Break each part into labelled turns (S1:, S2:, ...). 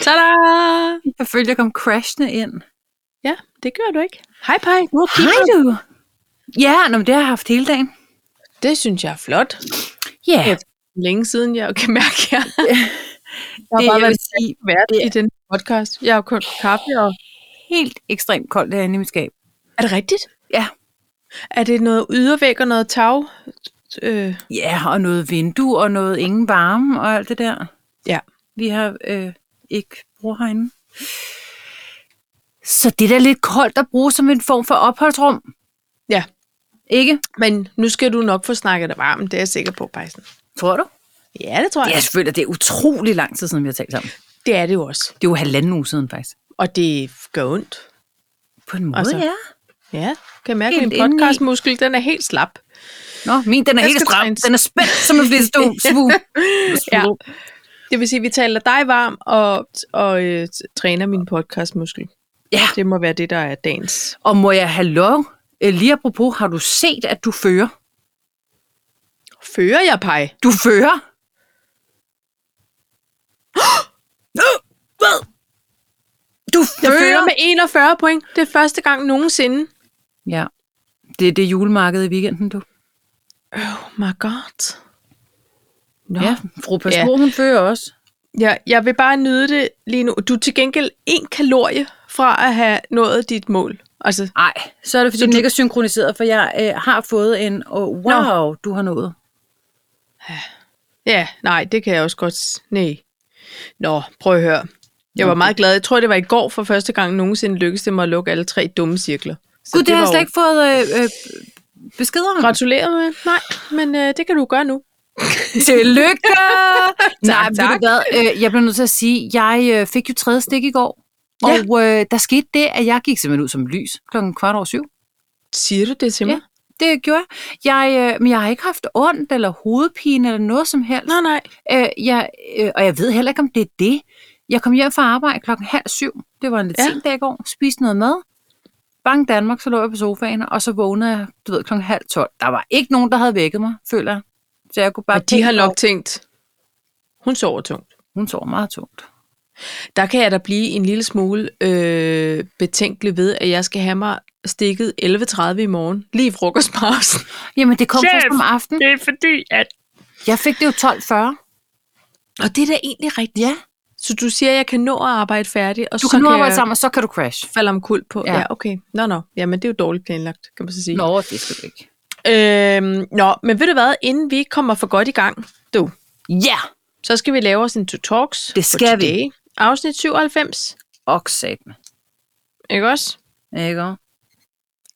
S1: Tada! Jeg følte, jeg kom crashende ind.
S2: Ja, det gør du ikke. Hej, Paj. Du har
S1: Hej
S2: kigget.
S1: du! Ja, nå, men det har jeg haft hele dagen.
S2: Det synes jeg er flot.
S1: Ja,
S2: Ja, Længe siden, jeg kan mærke, at jeg har
S1: det
S2: bare
S1: jeg vil
S2: været
S1: sige
S2: vært i den podcast. Jeg har jo kun kaffe. Og...
S1: helt ekstremt koldt derinde i mit skab.
S2: Er det rigtigt?
S1: Ja.
S2: Er det noget ydervæg og noget tag? Øh,
S1: Ja, og noget vindue og noget ingen varme og alt det der.
S2: Ja.
S1: Vi har øh, ikke brug herinde. Så det er da lidt koldt at bruge som en form for opholdsrum.
S2: Ja.
S1: Ikke?
S2: men nu skal du nok få snakket dig varm, det er jeg sikker på, Pajsen.
S1: Tror du?
S2: Ja, det tror jeg.
S1: Ja, selvfølgelig. Det er utrolig lang tid siden, vi har talt sammen.
S2: Det er det jo også.
S1: Det er jo halvanden uge siden, faktisk.
S2: Og det gør ondt.
S1: På en måde,
S2: Altså,
S1: ja.
S2: Ja, kan jeg mærke,
S1: Helt
S2: at min
S1: indeni.
S2: podcastmuskel, den er helt slap.
S1: Nå, min den er
S2: jeg
S1: helt
S2: skal
S1: stram.
S2: trænes.
S1: Den er spændt som en hvis du svug.
S2: Ja. Det vil sige, at vi taler dig varm og, og øh, træner min podcastmuskel.
S1: ja.
S2: Det må være det, der er dagens.
S1: Og må jeg have lov? Øh, Lige apropos, har du set, at du fører?
S2: Fører jeg, Paj?
S1: Du fører? Øh, Hvad? Du
S2: Jeg
S1: fører?
S2: fører med 41 point. Det er første gang nogensinde.
S1: Ja. Det er det julemarked i weekenden, du.
S2: Oh my god. Nå.
S1: Ja,
S2: Ja.
S1: fru Pastor, ja. hun fører også.
S2: Jeg, jeg vil bare nyde det lige nu. Du er til gengæld en kalorie fra at have nået dit mål. Altså,
S1: Nej, så er det, fordi du... den ikke er synkroniseret, for jeg øh, har fået en, og wow, Nå. du har nået.
S2: ja, nej, det kan jeg også godt... s- Nej. Nå, prøv at høre. Jeg var meget glad. Jeg tror, det var i går for første gang nogensinde lykkedes det mig at lukke alle tre dumme cirkler. Så
S1: Gud, det, det har
S2: var
S1: jeg slet
S2: jo-
S1: ikke fået øh, øh, besked om.
S2: Gratulerer med. Nej, men øh, det kan du gøre nu.
S1: Tillykke! Nej, men
S2: tak.
S1: Ved du hvad? Øh, Jeg bliver nødt til at sige, jeg øh, fik jo tredje stik i går.
S2: Ja.
S1: Og øh, der skete det, at jeg gik simpelthen ud som lys klokken kvart over syv.
S2: Siger du det til
S1: Ja.
S2: mig?
S1: Det gjorde jeg. jeg øh, men jeg har ikke haft ondt eller hovedpine eller noget som helst.
S2: Nej, nej.
S1: Øh, jeg, øh, og jeg ved heller ikke, om det er det. Jeg kom hjem fra arbejde klokken halv syv. Det var en lidt
S2: Ja.
S1: ja. sen dag i går. Spiste noget mad. Bang Danmark, så lå jeg på sofaen, og så vågnede jeg, du ved, klokken halv tolv. Der var ikke nogen, der havde vækket mig, føler jeg. Så jeg kunne bare...
S2: Og de har
S1: tænke
S2: nok tænkt, hun sover tungt.
S1: over- Hun sover meget tungt.
S2: Der kan jeg da blive en lille smule øh, betænkelig ved, at jeg skal have mig stikket 11.30 i morgen, lige i frokostpausen.
S1: Jamen, det kom
S2: Chef!
S1: først om aftenen.
S2: Det er fordi, at...
S1: Jeg fik det jo 12.40.
S2: Og det er da egentlig rigtigt.
S1: Ja.
S2: Så du siger, at jeg kan nå at arbejde færdig, og
S1: Du
S2: så
S1: kan nu arbejde
S2: jeg
S1: sammen, og så kan du crash.
S2: falde omkuld på. Ja.
S1: Ja.
S2: ja, okay. Nå, nå. Jamen, det er jo dårligt planlagt, kan man så sige.
S1: Nå, det skal du ikke.
S2: Øhm, nå, men ved du hvad? Inden vi kommer for godt i gang, du,
S1: Ja!
S2: så skal vi lave os en to talks.
S1: Det skal vi.
S2: vi. Afsnit 97,
S1: Og satan.
S2: ikke også?
S1: Ikke? også?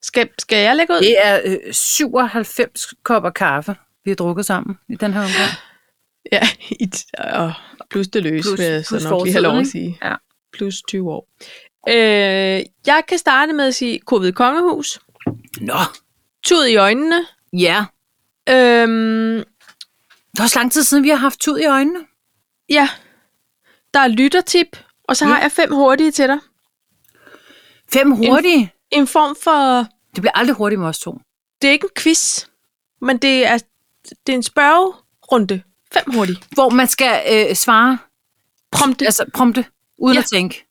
S2: Skal, skal jeg lægge ud?
S1: Det er øh, 97 kopper kaffe, vi har drukket sammen i den her omgang.
S2: Ja, i t- og plus det løs,
S1: Plus-
S2: plus, vil jeg
S1: plus
S2: så nok lige have lov at
S1: fortiden,
S2: sige.
S1: Ja.
S2: Plus 20 år. Øh, jeg kan starte med at sige covid kongehus,
S1: Nå,
S2: tud i øjnene,
S1: ja.
S2: øhm,
S1: Det er også lang tid siden, vi har haft tud i øjnene.
S2: ja, der er lyttertip, og så
S1: Ja.
S2: har jeg fem hurtige til dig.
S1: Fem hurtige.
S2: En form for,
S1: Det bliver aldrig hurtigt med os to.
S2: det er ikke en quiz, men det er, det er en spørgerunde. Fem hurtige.
S1: Hvor man skal øh, svare
S2: Prompte.
S1: altså, prompte, uden
S2: Ja.
S1: ja. at tænke.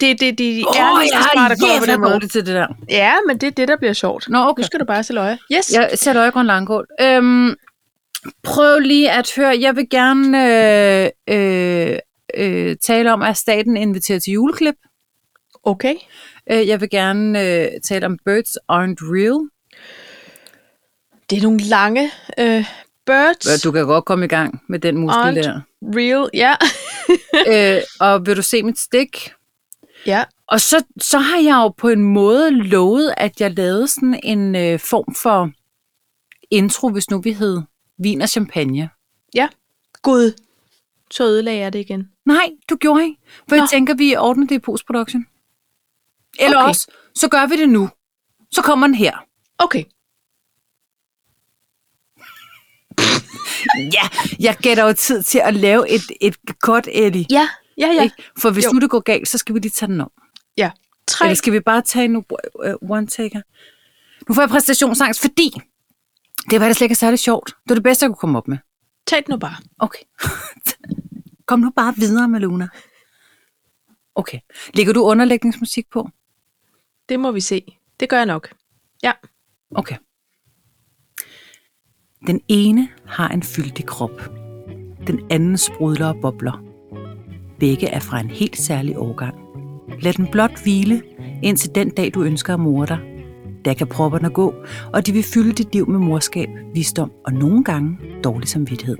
S2: Det er det, de
S1: Åh, oh,
S2: ærligste
S1: jeg
S2: svar,
S1: har
S2: der kommer på den
S1: jævla
S2: måde.
S1: dårligt til det der.
S2: Ja, men det er det, der bliver sjovt.
S1: Nå,
S2: Nu
S1: okay.
S2: skal du bare se løje. Yes.
S1: Jeg sætter øje grøn langkål. Øhm, prøv lige at høre. Jeg vil gerne øh, øh, øh, tale om, at staten inviterer til juleklip.
S2: Okay.
S1: Øh, jeg vil gerne øh, tale om Birds Aren't Real.
S2: Det er nogle lange øh, birds.
S1: Du kan godt komme i gang med den muskel
S2: Aren't-
S1: der.
S2: Real, ja.
S1: øh, og vil du se mit stik?
S2: ja.
S1: Og så, så har jeg jo på en måde lovet, at jeg lavede sådan en øh, form for intro, hvis nu vi hed vin og champagne.
S2: Ja. Gud. Så ødelagde jeg det igen.
S1: Nej, du gjorde ikke. For Nå.
S2: Nå.
S1: jeg tænker, vi ordner det i postproduktion. Eller
S2: Okay.
S1: okay. også, så gør vi det nu. Så kommer den her.
S2: Okay.
S1: Ja, jeg gætter jo tid til at lave et, et godt Ellie.
S2: Ja. Ja, ja.
S1: Ikke? For hvis
S2: Jo.
S1: jo. nu det går galt, så skal vi lige tage den om.
S2: Ja. Tre.
S1: Eller skal vi bare tage en uh, one-taker? Nu får jeg præstationsangst, fordi det var da slet ikke særlig sjovt. Det var det bedste, jeg kunne komme op med.
S2: Tag den nu bare.
S1: Okay. Kom nu bare videre, Maluna. Okay. Lægger du underlægningsmusik på?
S2: Det må vi se. Det gør jeg nok. Ja.
S1: Okay. Den ene har en fyldig krop. Den anden sprudler og bobler. Begge er fra en helt særlig årgang. Lad den blot hvile, indtil den dag, du ønsker at more dig. Der kan propperne gå, og de vil fylde dit liv med morskab, visdom og nogle gange dårlig samvittighed.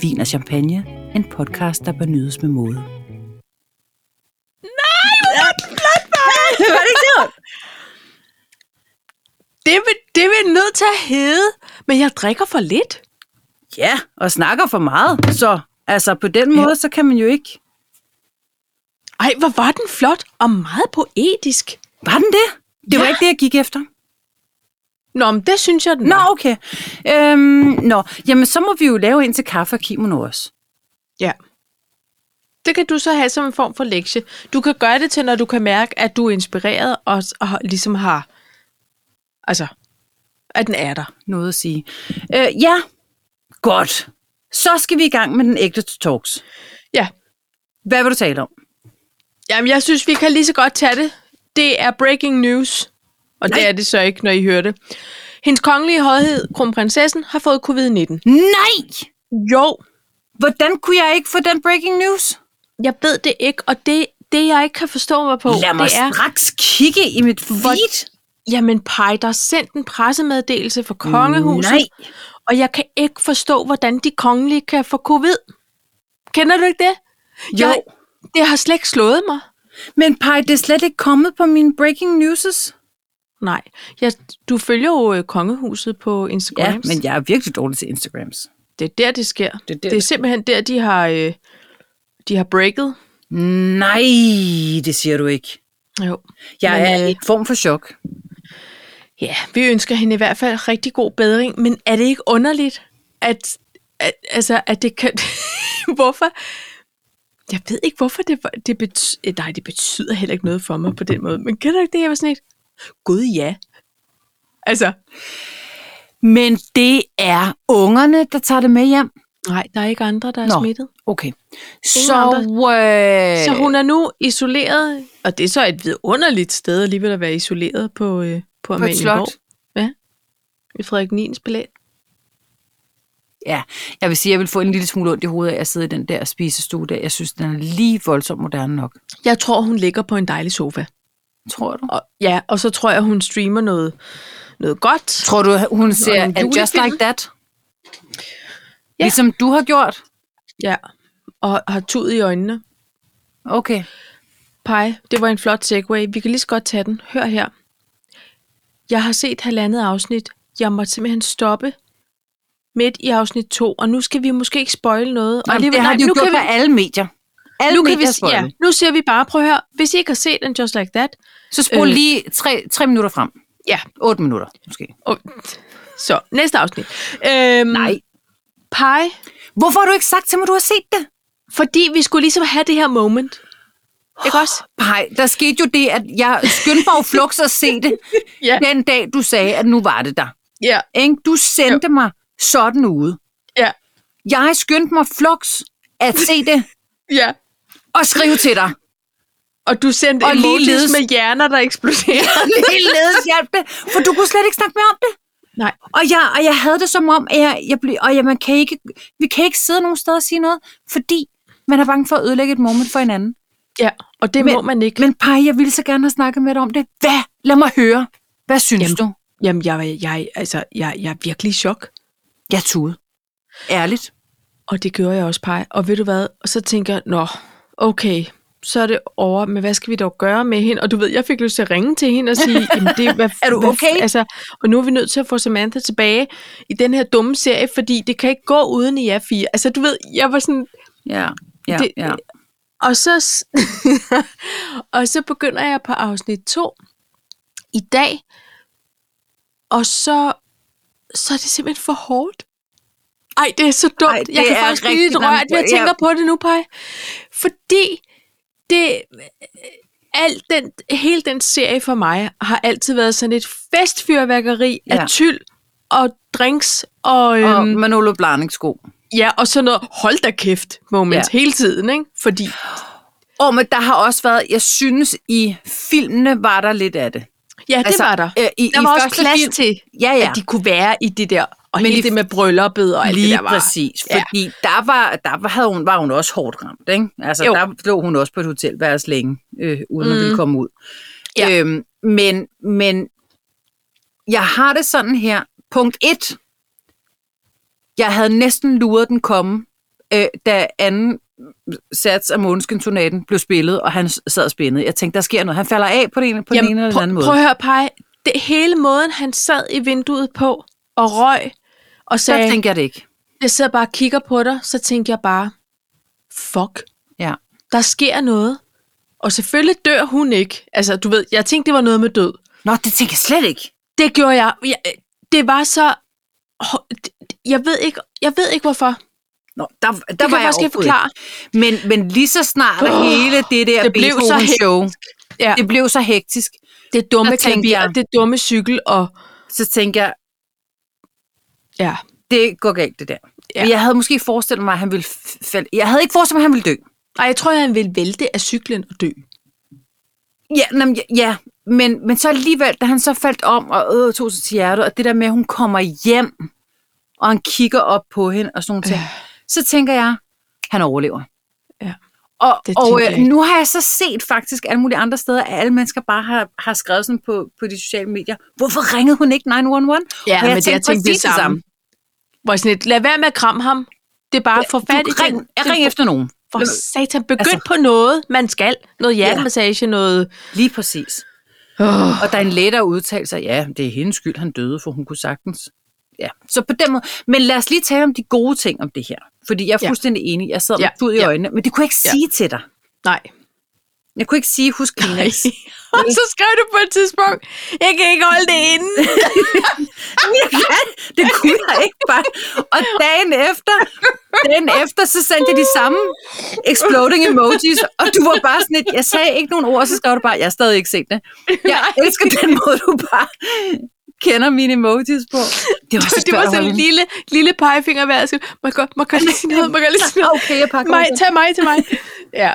S1: Vin og champagne, en podcast, der bør nydes med måde.
S2: Var det ikke det? Det vil, det vil nødt til at hedde, men jeg drikker for lidt.
S1: Ja, og snakker for meget, så altså på den måde, så kan man jo ikke.
S2: Ej, hvor var den flot og meget poetisk.
S1: Var den det? Det var
S2: Ja.
S1: ikke det, jeg gik efter.
S2: Nå, men det synes jeg, den
S1: Nå,
S2: var.
S1: okay. Øhm, nå, jamen så må vi jo lave en til kaffe og kimono også.
S2: Ja. Det kan du så have som en form for lektie. Du kan gøre det til, når du kan mærke, at du er inspireret og, og ligesom har... Altså, at den er der.
S1: Noget at sige. Øh, ja, godt. Så skal vi i gang med den ægte talks.
S2: Ja.
S1: Hvad vil du tale om?
S2: Jamen, jeg synes, vi kan lige så godt tage det. Det er breaking news. Og Nej. det
S1: Nej.
S2: er det så ikke, når I hører det. Hendes kongelige højhed, kronprinsessen, har fået covid-19.
S1: Nej!
S2: Jo,
S1: Hvordan kunne jeg ikke få den breaking news?
S2: jeg ved det ikke, og det, det jeg ikke kan forstå mig på,
S1: Lad mig
S2: det er...
S1: straks kigge i mit feed.
S2: Jamen, Pej, der er sendt en pressemeddelelse fra kongehuset.
S1: Nej.
S2: Og jeg kan ikke forstå, hvordan de kongelige kan få covid. Kender du ikke det?
S1: Jo.
S2: Jeg, det har slet ikke slået mig.
S1: Men Paj, det er slet ikke kommet på mine breaking newses.
S2: Nej. Jeg, du følger jo øh, kongehuset på Instagram.
S1: Ja, men jeg er virkelig dårlig til Instagrams.
S2: Det er der, det sker.
S1: Det er der,
S2: det er
S1: det-
S2: simpelthen der, de har, øh, de har breaket.
S1: Nej, det siger du ikke.
S2: Jo.
S1: Jeg
S2: Men,
S1: er
S2: øh,
S1: i en form for chok.
S2: Ja, vi ønsker hende i hvert fald rigtig god bedring, men er det ikke underligt, at, at, altså, at det kan... hvorfor? Jeg ved ikke, hvorfor det, var- det betyder... Nej, det betyder heller ikke noget for mig på den måde, men kender du ikke det, jeg var sådan et... Gud ja. Altså,
S1: Men det er ungerne, der tager det med hjem.
S2: nej, der er ikke andre, der er
S1: Nå.
S2: Nå. smittet.
S1: Okay. Så,
S2: andre.
S1: øh,
S2: Så hun er nu isoleret, og det er så et vidunderligt sted alligevel at være isoleret på, øh, på,
S1: på et slot.
S2: Ja, i Frederik 9's palæ.
S1: Ja, jeg vil sige, jeg vil få en lille smule ondt i hovedet af at sidde i den der spisestue der. Jeg synes, den er lige voldsomt moderne nok.
S2: Jeg tror, hun ligger på en dejlig sofa.
S1: Tror du?
S2: Og, ja, og så tror jeg, hun streamer noget, noget godt.
S1: Tror du, hun ser
S2: en
S1: at Just
S2: julefilm.
S1: Like That?
S2: Ja.
S1: Ja. Ligesom du har gjort?
S2: Ja. Og har tud i øjnene.
S1: Okay.
S2: Pej, det var en flot segway. Vi kan lige så godt tage den. Hør her. Jeg har set halvandet afsnit. Jeg måtte simpelthen stoppe midt i afsnit 2, og nu skal vi måske ikke spoile noget. Og
S1: Jamen, det har de jo
S2: nu
S1: gjort
S2: kan
S1: på
S2: vi,
S1: alle medier. Alle
S2: nu, kan vi,
S1: medier
S2: ja,
S1: ja.
S2: nu siger vi bare, prøv at høre, hvis I ikke har set en Just Like That,
S1: Så spol
S2: Øh.
S1: lige tre, tre minutter frem.
S2: ja,
S1: 8 minutter, måske.
S2: og, så næste afsnit. Øhm,
S1: Nej.
S2: Pej,
S1: Hvorfor har du ikke sagt til mig, du har set det?
S2: fordi vi skulle ligesom have det her moment. Ikke også?
S1: Nej, der skete jo det, at jeg skyndte mig jo flugs at se det,
S2: Ja.
S1: den dag, du sagde, at nu var det der.
S2: Ja,
S1: Ikke? Du sendte jo. mig sådan ude.
S2: ja,
S1: Jeg skyndte mig flugs at se det
S2: ja.
S1: og skrive til dig.
S2: Og du sendte
S1: Og
S2: og emojis
S1: ligeledes-
S2: med hjerner, der eksploderer.
S1: Ligeledes hjalp det, for du kunne slet ikke snakke mere om det.
S2: Nej.
S1: Og jeg, og jeg havde det som om, at jeg, jeg blev, og jeg, man kan ikke, vi kan ikke sidde nogen steder og sige noget, fordi man er bange for at ødelægge et moment for hinanden.
S2: Ja, og det men, må man ikke. Men,
S1: Men Paj, jeg ville så gerne have snakket med dig om det. Hvad? Lad mig høre. Hvad synes
S2: Jamen.
S1: Jamen. du?
S2: Jamen, jeg, jeg, altså, jeg, jeg er virkelig i chok.
S1: Jeg tude. Ærligt.
S2: Og det gjorde jeg også, Paj. Og ved du hvad? Og så tænker jeg, nå, okay, så er det over, men hvad skal vi dog gøre med hende? Og du ved, jeg fik lyst til at ringe til hende og sige, jamen det, hvad,
S1: Er du
S2: hvad-
S1: okay?
S2: altså, og nu er vi nødt til at få Samantha tilbage i den her dumme serie, fordi det kan ikke gå uden i jer fire. Altså, du ved, jeg var sådan,
S1: Ja, ja,
S2: Det-
S1: det, ja.
S2: Og så, s- og så begynder jeg på afsnit 2 i dag, og så, så er det simpelthen for hårdt. Ej, det er så dumt.
S1: Ej,
S2: Ej,
S1: det
S2: jeg kan
S1: er
S2: faktisk blive
S1: rigtig-
S2: lidt rørt, ved at
S1: Ja.
S2: tænker på det nu, Paj. Fordi det, alt den, hele den serie for mig har altid været sådan et festfyrværkeri ja.
S1: Ja.
S2: af tyld og drinks og... Øhm,
S1: Og Manolo Blahnik sko.
S2: Ja, og sådan noget, hold da kæft moment ja. hele tiden, ikke? Fordi
S1: Åh, men der har også været, jeg synes, i filmene var der lidt af det.
S2: Ja, det altså, var der.
S1: Øh, i,
S2: Der
S1: i
S2: var også
S1: første
S2: plads
S1: film,
S2: til,
S1: ja, ja.
S2: at de kunne være i det der. Og
S1: Men
S2: Men hele
S1: i-
S2: det med brylluppet og alt
S1: Lige
S2: det der var.
S1: præcis,
S2: Ja.
S1: fordi der, var, der var, havde hun, var hun også hårdt ramt. Ikke? Altså,
S2: Jo.
S1: der lå hun også på et hotelværelse længe, øh, uden mm. at ville
S2: Mm.
S1: komme ud.
S2: Ja.
S1: Øhm, men, men jeg har det sådan her. Punkt 1. Jeg havde næsten luret den komme, øh, da anden sats af Måneskin-tonaten blev spillet, og han sad spændet. Jeg tænkte, der sker noget. Han falder af på den ene, på den ene eller den
S2: prøv,
S1: anden måde.
S2: Prøv at høre, Paj. Det, hele måden, han sad i vinduet på og røg og
S1: Så
S2: sagde,
S1: tænker jeg det ikke.
S2: jeg sidder bare og kigger på dig, så tænkte jeg bare, fuck,
S1: Ja.
S2: der sker noget. Og selvfølgelig dør hun ikke. Altså, du ved, jeg tænkte, det var noget med død.
S1: Nå, det tænker jeg slet ikke.
S2: Det gjorde jeg. jeg det var så... Hå- det- det- Jeg ved ikke, jeg ved ikke hvorfor. Det
S1: Nå, der, der
S2: kan
S1: var
S2: jeg
S1: jeg
S2: faktisk ikke
S1: overhovedet
S2: forklare.
S1: Men, men lige så snart oh,
S2: Åh,
S1: hele det der
S2: det blev så
S1: Beethoven-show,
S2: Ja.
S1: det blev så hektisk,
S2: Det dumme
S1: Der tænkte
S2: klavier,
S1: jeg-
S2: det dumme cykel og...
S1: så tænkte jeg,
S2: Ja.
S1: det går galt det der.
S2: Ja.
S1: Ja. Men jeg havde måske forestillet mig, at han ville f- falde. Jeg havde ikke forestillet mig, at han ville dø.
S2: Ej, jeg tror, han ville vælte af cyklen og dø.
S1: Ja, nem, ja, ja. Men, men så alligevel, da han så faldt om og øh, tog sig til hjertet, og det der med, at hun kommer hjem, og han kigger op på hende og sådan nogle ting,
S2: Øh.
S1: så tænker jeg, han overlever.
S2: Ja.
S1: Og,
S2: Det
S1: og
S2: tænker jeg
S1: øh,
S2: ikke.
S1: nu har jeg så set faktisk alle mulige andre steder, at alle mennesker bare har, har skrevet sådan på, på de sociale medier, hvorfor ringede hun ikke 911?
S2: Ja,
S1: og
S2: men det- jeg tænkte det
S1: præcis
S2: samme. Hvor jeg sådan lidt, lad være med at kramme ham. Det er bare at få fat i
S1: Du, ring,
S2: den.
S1: jeg ring efter nogen.
S2: For satan, begynd
S1: Altså-
S2: altså, på noget, man skal. Noget hjertemassage, noget...
S1: Lige præcis.
S2: Oh.
S1: Og der er en lettere udtalelse, af, ja, det er hendes skyld, han døde, for hun kunne sagtens. Ja, så på den måde. Men lad os lige tale om de gode ting om det her. Fordi jeg er
S2: Ja.
S1: fuldstændig enig. Jeg sad med
S2: Ja,
S1: ja. ud i
S2: ja.
S1: øjnene, men det kunne jeg ikke
S2: Ja.
S1: sige til dig.
S2: Nej.
S1: Jeg kunne ikke sige, husk
S2: Nej.
S1: Kleenex.
S2: Og så skrev du på et tidspunkt, jeg kan ikke holde det inde.
S1: det kunne jeg ikke bare. Og dagen efter, dagen efter, så sendte jeg de samme exploding emojis, og du var bare sådan et, jeg sagde ikke nogen ord, så skrev du bare, jeg har stadig ikke set det. Jeg elsker den måde, du bare kender mine emojis på. Det var så,
S2: det var
S1: skørt at
S2: sådan
S1: holde
S2: en
S1: ind.
S2: lille, lille pegefinger hver. Jeg skrev, må jeg godt, må jeg godt lige sige noget, må jeg godt lige sige
S1: Ah,
S2: noget.
S1: Okay, jeg pakker
S2: Mig,
S1: ud.
S2: tag mig til mig. Ja.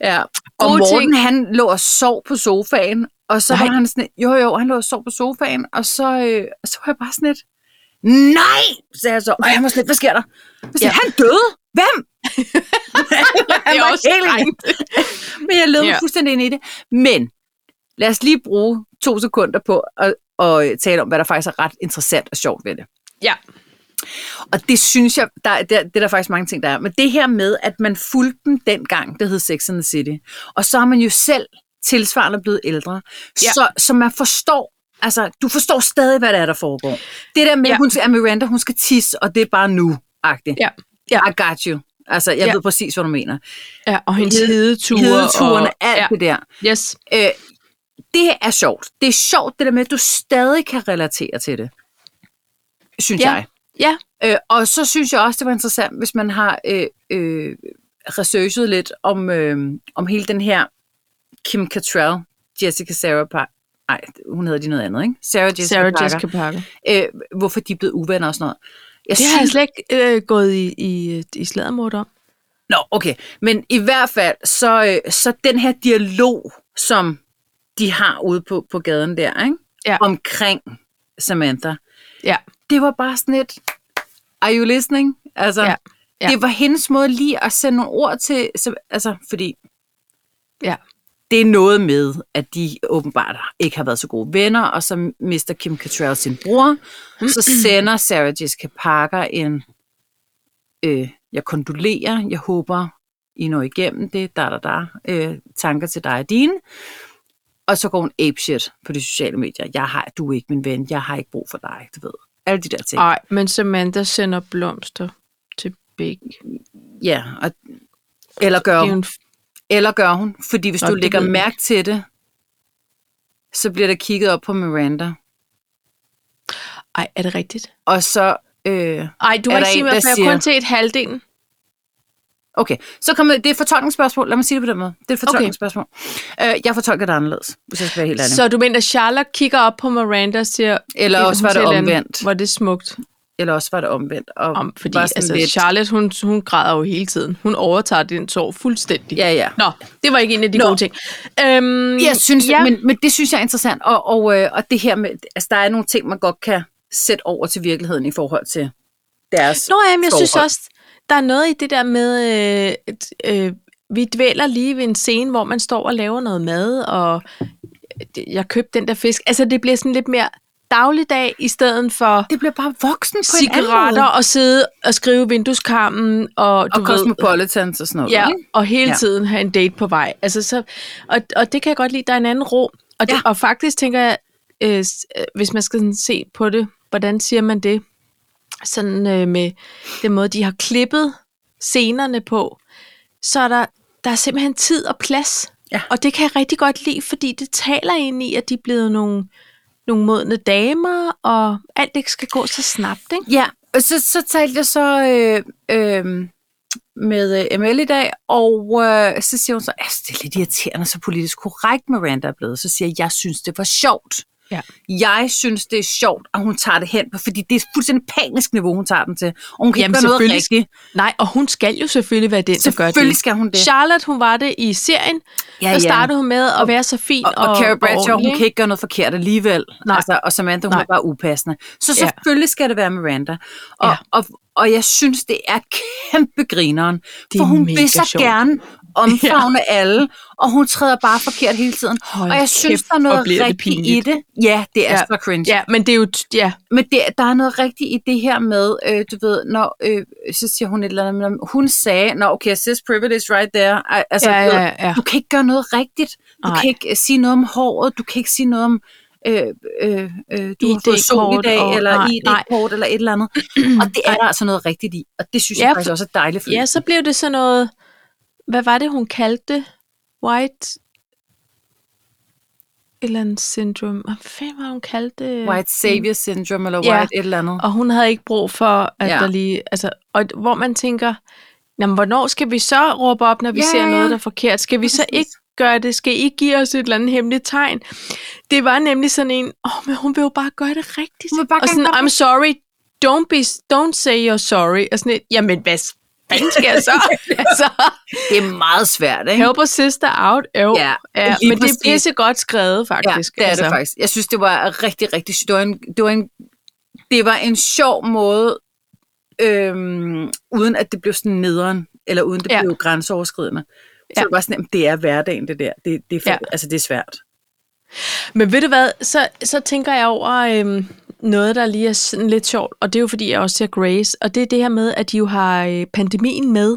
S1: Ja. Og
S2: Gode
S1: Morten, ting. han lå og sov på sofaen, og så Nej.
S2: Nej.
S1: var han sådan, jo jo, han lå og sov på sofaen, og så, øh, og så var jeg bare sådan lidt, Nej, sagde jeg så. Og jeg var slet, hvad sker der? Hvad ja.
S2: Ja.
S1: Han døde. Hvem?
S2: Det
S1: han
S2: er
S1: var
S2: også
S1: helt
S2: strengt.
S1: Men jeg led ja.
S2: Ja.
S1: fuldstændig ind i det. Men lad os lige bruge to sekunder på at, at tale om, hvad der faktisk er ret interessant og sjovt ved det.
S2: Ja.
S1: Og det synes jeg, der, er- der, det er der faktisk mange ting, der er. Men det her med, at man fulgte dem dengang, det hed Sex and the City. Og så er man jo selv tilsvarende blevet ældre. Ja.
S2: Ja.
S1: Så, så man forstår, altså du forstår stadig, hvad der er, der foregår. Det der med, ja.
S2: Ja.
S1: hun, at Miranda, hun skal tisse, og det er bare nu -agtigt.
S2: Ja.
S1: Ja.
S2: Ja.
S1: I got you. Altså, jeg ja.
S2: Ja.
S1: ved præcis, hvad du mener.
S2: Ja, og hendes
S1: Hede-
S2: hedeture.
S1: Hedeturene,
S2: og,
S1: alt
S2: ja.
S1: ja. det der.
S2: Yes.
S1: Øh, det er sjovt. Det er sjovt, det der med, at du stadig kan relatere til det. Synes
S2: Ja.
S1: jeg.
S2: Ja.
S1: Øh, og så synes jeg også, det var interessant, hvis man har øh, øh, researchet lidt om, øh, om hele den her Kim Cattrall, Jessica Sarah Parker. Nej, hun hedder de noget andet, ikke? Sarah Jessica Sarah
S2: Sarah
S1: Parker. Jessica.
S2: Jessica Parker.
S1: Øh, hvorfor de er blevet uvenner og sådan noget. Jeg
S2: Det har jeg slet ikke øh, gået i, i, i sladermord om.
S1: Nå, okay. Men i hvert fald, så, øh, så den her dialog, som de har ude på, på gaden der, ikke?
S2: Ja.
S1: omkring Samantha,
S2: Ja.
S1: det var bare sådan et, are you listening? Altså,
S2: Ja. Ja.
S1: det var hendes måde lige at sende nogle ord til, som, altså, fordi
S2: Ja.
S1: det er noget med, at de åbenbart ikke har været så gode venner, og så mister Kim Cattrall sin bror, så
S2: Mm-hmm.
S1: sender Sarah Jessica Parker en, øh, jeg kondolerer, jeg håber, I når igennem det, da da da, øh, tanker til dig og dine. Og så går hun apeshit på de sociale medier. Jeg har, du er ikke min ven, jeg har ikke brug for dig, du ved. Alle de der ting.
S2: Nej, men Samantha sender blomster til Big.
S1: Ja, og, eller gør
S2: Det er jo
S1: hun.
S2: en
S1: Eller gør hun. Fordi hvis Nå,
S2: Nå,
S1: du
S2: det
S1: lægger
S2: ved jeg
S1: mærke til det, så bliver der kigget op på Miranda.
S2: Ej, er det rigtigt?
S1: Og så... Øh,
S2: Ej, du
S1: Er
S2: må ikke
S1: der en,
S2: sige
S1: der
S2: mig, for jeg
S1: siger-
S2: har kun set halvdelen.
S1: okay, så kommer det er et fortolkningsspørgsmål. Lad mig sige det på den måde. Det er et fortolkningsspørgsmål. Øh, jeg fortolker det anderledes, hvis jeg skal være helt ærlig.
S2: Så du mener, at Charlotte kigger op på Miranda og siger...
S1: Eller
S2: et-
S1: også var det
S2: hun siger et eller andet,
S1: omvendt.
S2: Hvor er det smukt.
S1: eller også var det omvendt. Og
S2: Om, fordi
S1: var sådan
S2: altså, lidt... Charlotte, hun, hun græder jo hele tiden. Hun overtager den sorg fuldstændig.
S1: Ja, ja.
S2: Nå, det var ikke en af de
S1: Nå.
S2: Nå. gode ting. Øhm,
S1: Jeg synes,
S2: ja.
S1: ja. men, men det synes jeg er interessant, og, og, øh, og det her med, altså der er nogle ting, man godt kan sætte over til virkeligheden i forhold til deres...
S2: Nå, jamen, jeg synes
S1: forhold.
S2: også, der er noget i det der med, øh, at, øh, vi dvæler lige ved en scene, hvor man står og laver noget mad, og øh, jeg købte den der fisk. Altså, det bliver sådan lidt mere dagligdag, i stedet for
S1: Det bliver bare voksen på en anden
S2: cigaretter
S1: måde.
S2: og sidde og skrive vindueskarmen, og du
S1: Og
S2: ved,
S1: cosmopolitans og sådan noget.
S2: Ja,
S1: ikke?
S2: og hele
S1: Ja.
S2: ja. tiden have en date på vej. Altså, så, og, og det kan jeg godt lide, der er en anden ro. Og, det,
S1: Ja.
S2: ja. og faktisk tænker jeg, øh, s- øh, hvis man skal sådan se på det, hvordan siger man det? Sådan øh, med den måde, de har klippet scenerne på, så er der, der er simpelthen tid og plads.
S1: Ja.
S2: Og det kan jeg rigtig godt lide, fordi det taler ind i, at de er blevet nogle, nogle modne damer, og alt ikke skal gå så snabt, ikke?
S1: Ja, og så, så talte jeg så øh, øh, med øh, ML i dag, og øh, så siger hun så, altså det er lidt irriterende, så politisk korrekt Miranda er blevet. Så siger jeg, jeg synes det var sjovt.
S2: Ja.
S1: Jeg synes det er sjovt, at hun tager det hen, på, fordi det er fuldstændig panisk niveau, hun tager den til. Og hun kan
S2: Jamen,
S1: ikke gøre noget
S2: selvfølgelig
S1: rigtigt.
S2: Nej, og hun skal jo selvfølgelig være den, der gør det.
S1: Selvfølgelig skal hun det.
S2: Charlotte, hun var det i serien.
S1: Ja,
S2: Ja, der
S1: ja.
S2: startede hun med at være så fin
S1: Og, og, og Carrie Bradshaw,
S2: ordentlig,
S1: hun kan ikke gøre noget forkert alligevel.
S2: Nej.
S1: Altså, og Samantha, hun Nej.
S2: Nej.
S1: er bare upassende. Så
S2: Ja.
S1: selvfølgelig skal det være Miranda. Og,
S2: Ja.
S1: og, og jeg synes, det er kæmpe grineren.
S2: Det
S1: For
S2: er
S1: hun
S2: mega
S1: vil så
S2: sjovt.
S1: gerne omfavne ja. alle, og hun træder bare forkert hele tiden.
S2: Hold
S1: og jeg
S2: kæft,
S1: synes, der er
S2: hvor
S1: noget
S2: bliver det
S1: rigtigt i
S2: pinligt.
S1: det. Ja, det er
S2: Ja.
S1: så cringe.
S2: Ja, men det er jo... t- Ja,
S1: Men det, der er noget rigtigt i det her med, øh, du ved, når, øh, så siger hun et eller andet, men hun sagde, nå okay, cis privilege right there, Ej, altså,
S2: Ja,
S1: du ved,
S2: ja, ja.
S1: du kan ikke gøre noget rigtigt, du
S2: Nej.
S1: kan ikke øh, sige noget om håret, du kan ikke sige noget om, øh, øh, øh, du har fået sol i
S2: ID-kort
S1: dag,
S2: og-
S1: eller
S2: nej,
S1: ID-kort, eller et eller andet, og det er der altså noget rigtigt i, og det synes jeg
S2: Ja,
S1: faktisk
S2: for-
S1: også er dejligt, fordi
S2: ja, så blev det sådan noget... Hvad var det, hun kaldte det? White... Et eller andet syndrom. Hvad fanden var hun kaldte det?
S1: white savior syndrome, eller
S2: mm. Ja.
S1: white et eller andet.
S2: Og hun havde ikke brug for, at
S1: Ja.
S2: ja. der lige... Altså, og hvor man tænker, jamen, hvornår skal vi så råbe op, når vi
S1: Ja,
S2: ja, ser
S1: ja.
S2: noget, der er forkert? Skal vi så
S1: Præcis.
S2: ikke gøre det? Skal I ikke give os et eller andet hemmeligt tegn? Det var nemlig sådan en, åh, oh, men hun vil jo bare gøre det rigtigt.
S1: Hun vil bare
S2: og
S1: gerne
S2: sådan,
S1: gøre
S2: I'm sorry, don't, be, don't say you're sorry. Og sådan et, jamen, hvad fanden skal jeg så? altså,
S1: Det er meget svært, ikke?
S2: help a sister out. Jo.
S1: Ja,
S2: ja,
S1: lige
S2: men det
S1: præcis.
S2: er pisse godt skrevet, faktisk.
S1: Ja, det er altså. det faktisk. Jeg synes, det var rigtig, rigtig sjovt. Det var en, det var en, det var en sjov måde, øhm, uden at det blev sådan nederen, eller uden det ja.
S2: Ja.
S1: blev grænseoverskridende. Så ja.
S2: Ja.
S1: det var sådan, jamen, det er hverdagen, det der. Det, det, er, ja.
S2: Ja.
S1: altså, det er svært.
S2: Men ved du hvad, så, så tænker jeg over øhm, noget, der lige er sådan lidt sjovt, og det er jo fordi, jeg også ser Grace, og det er det her med, at de jo har øh, pandemien med,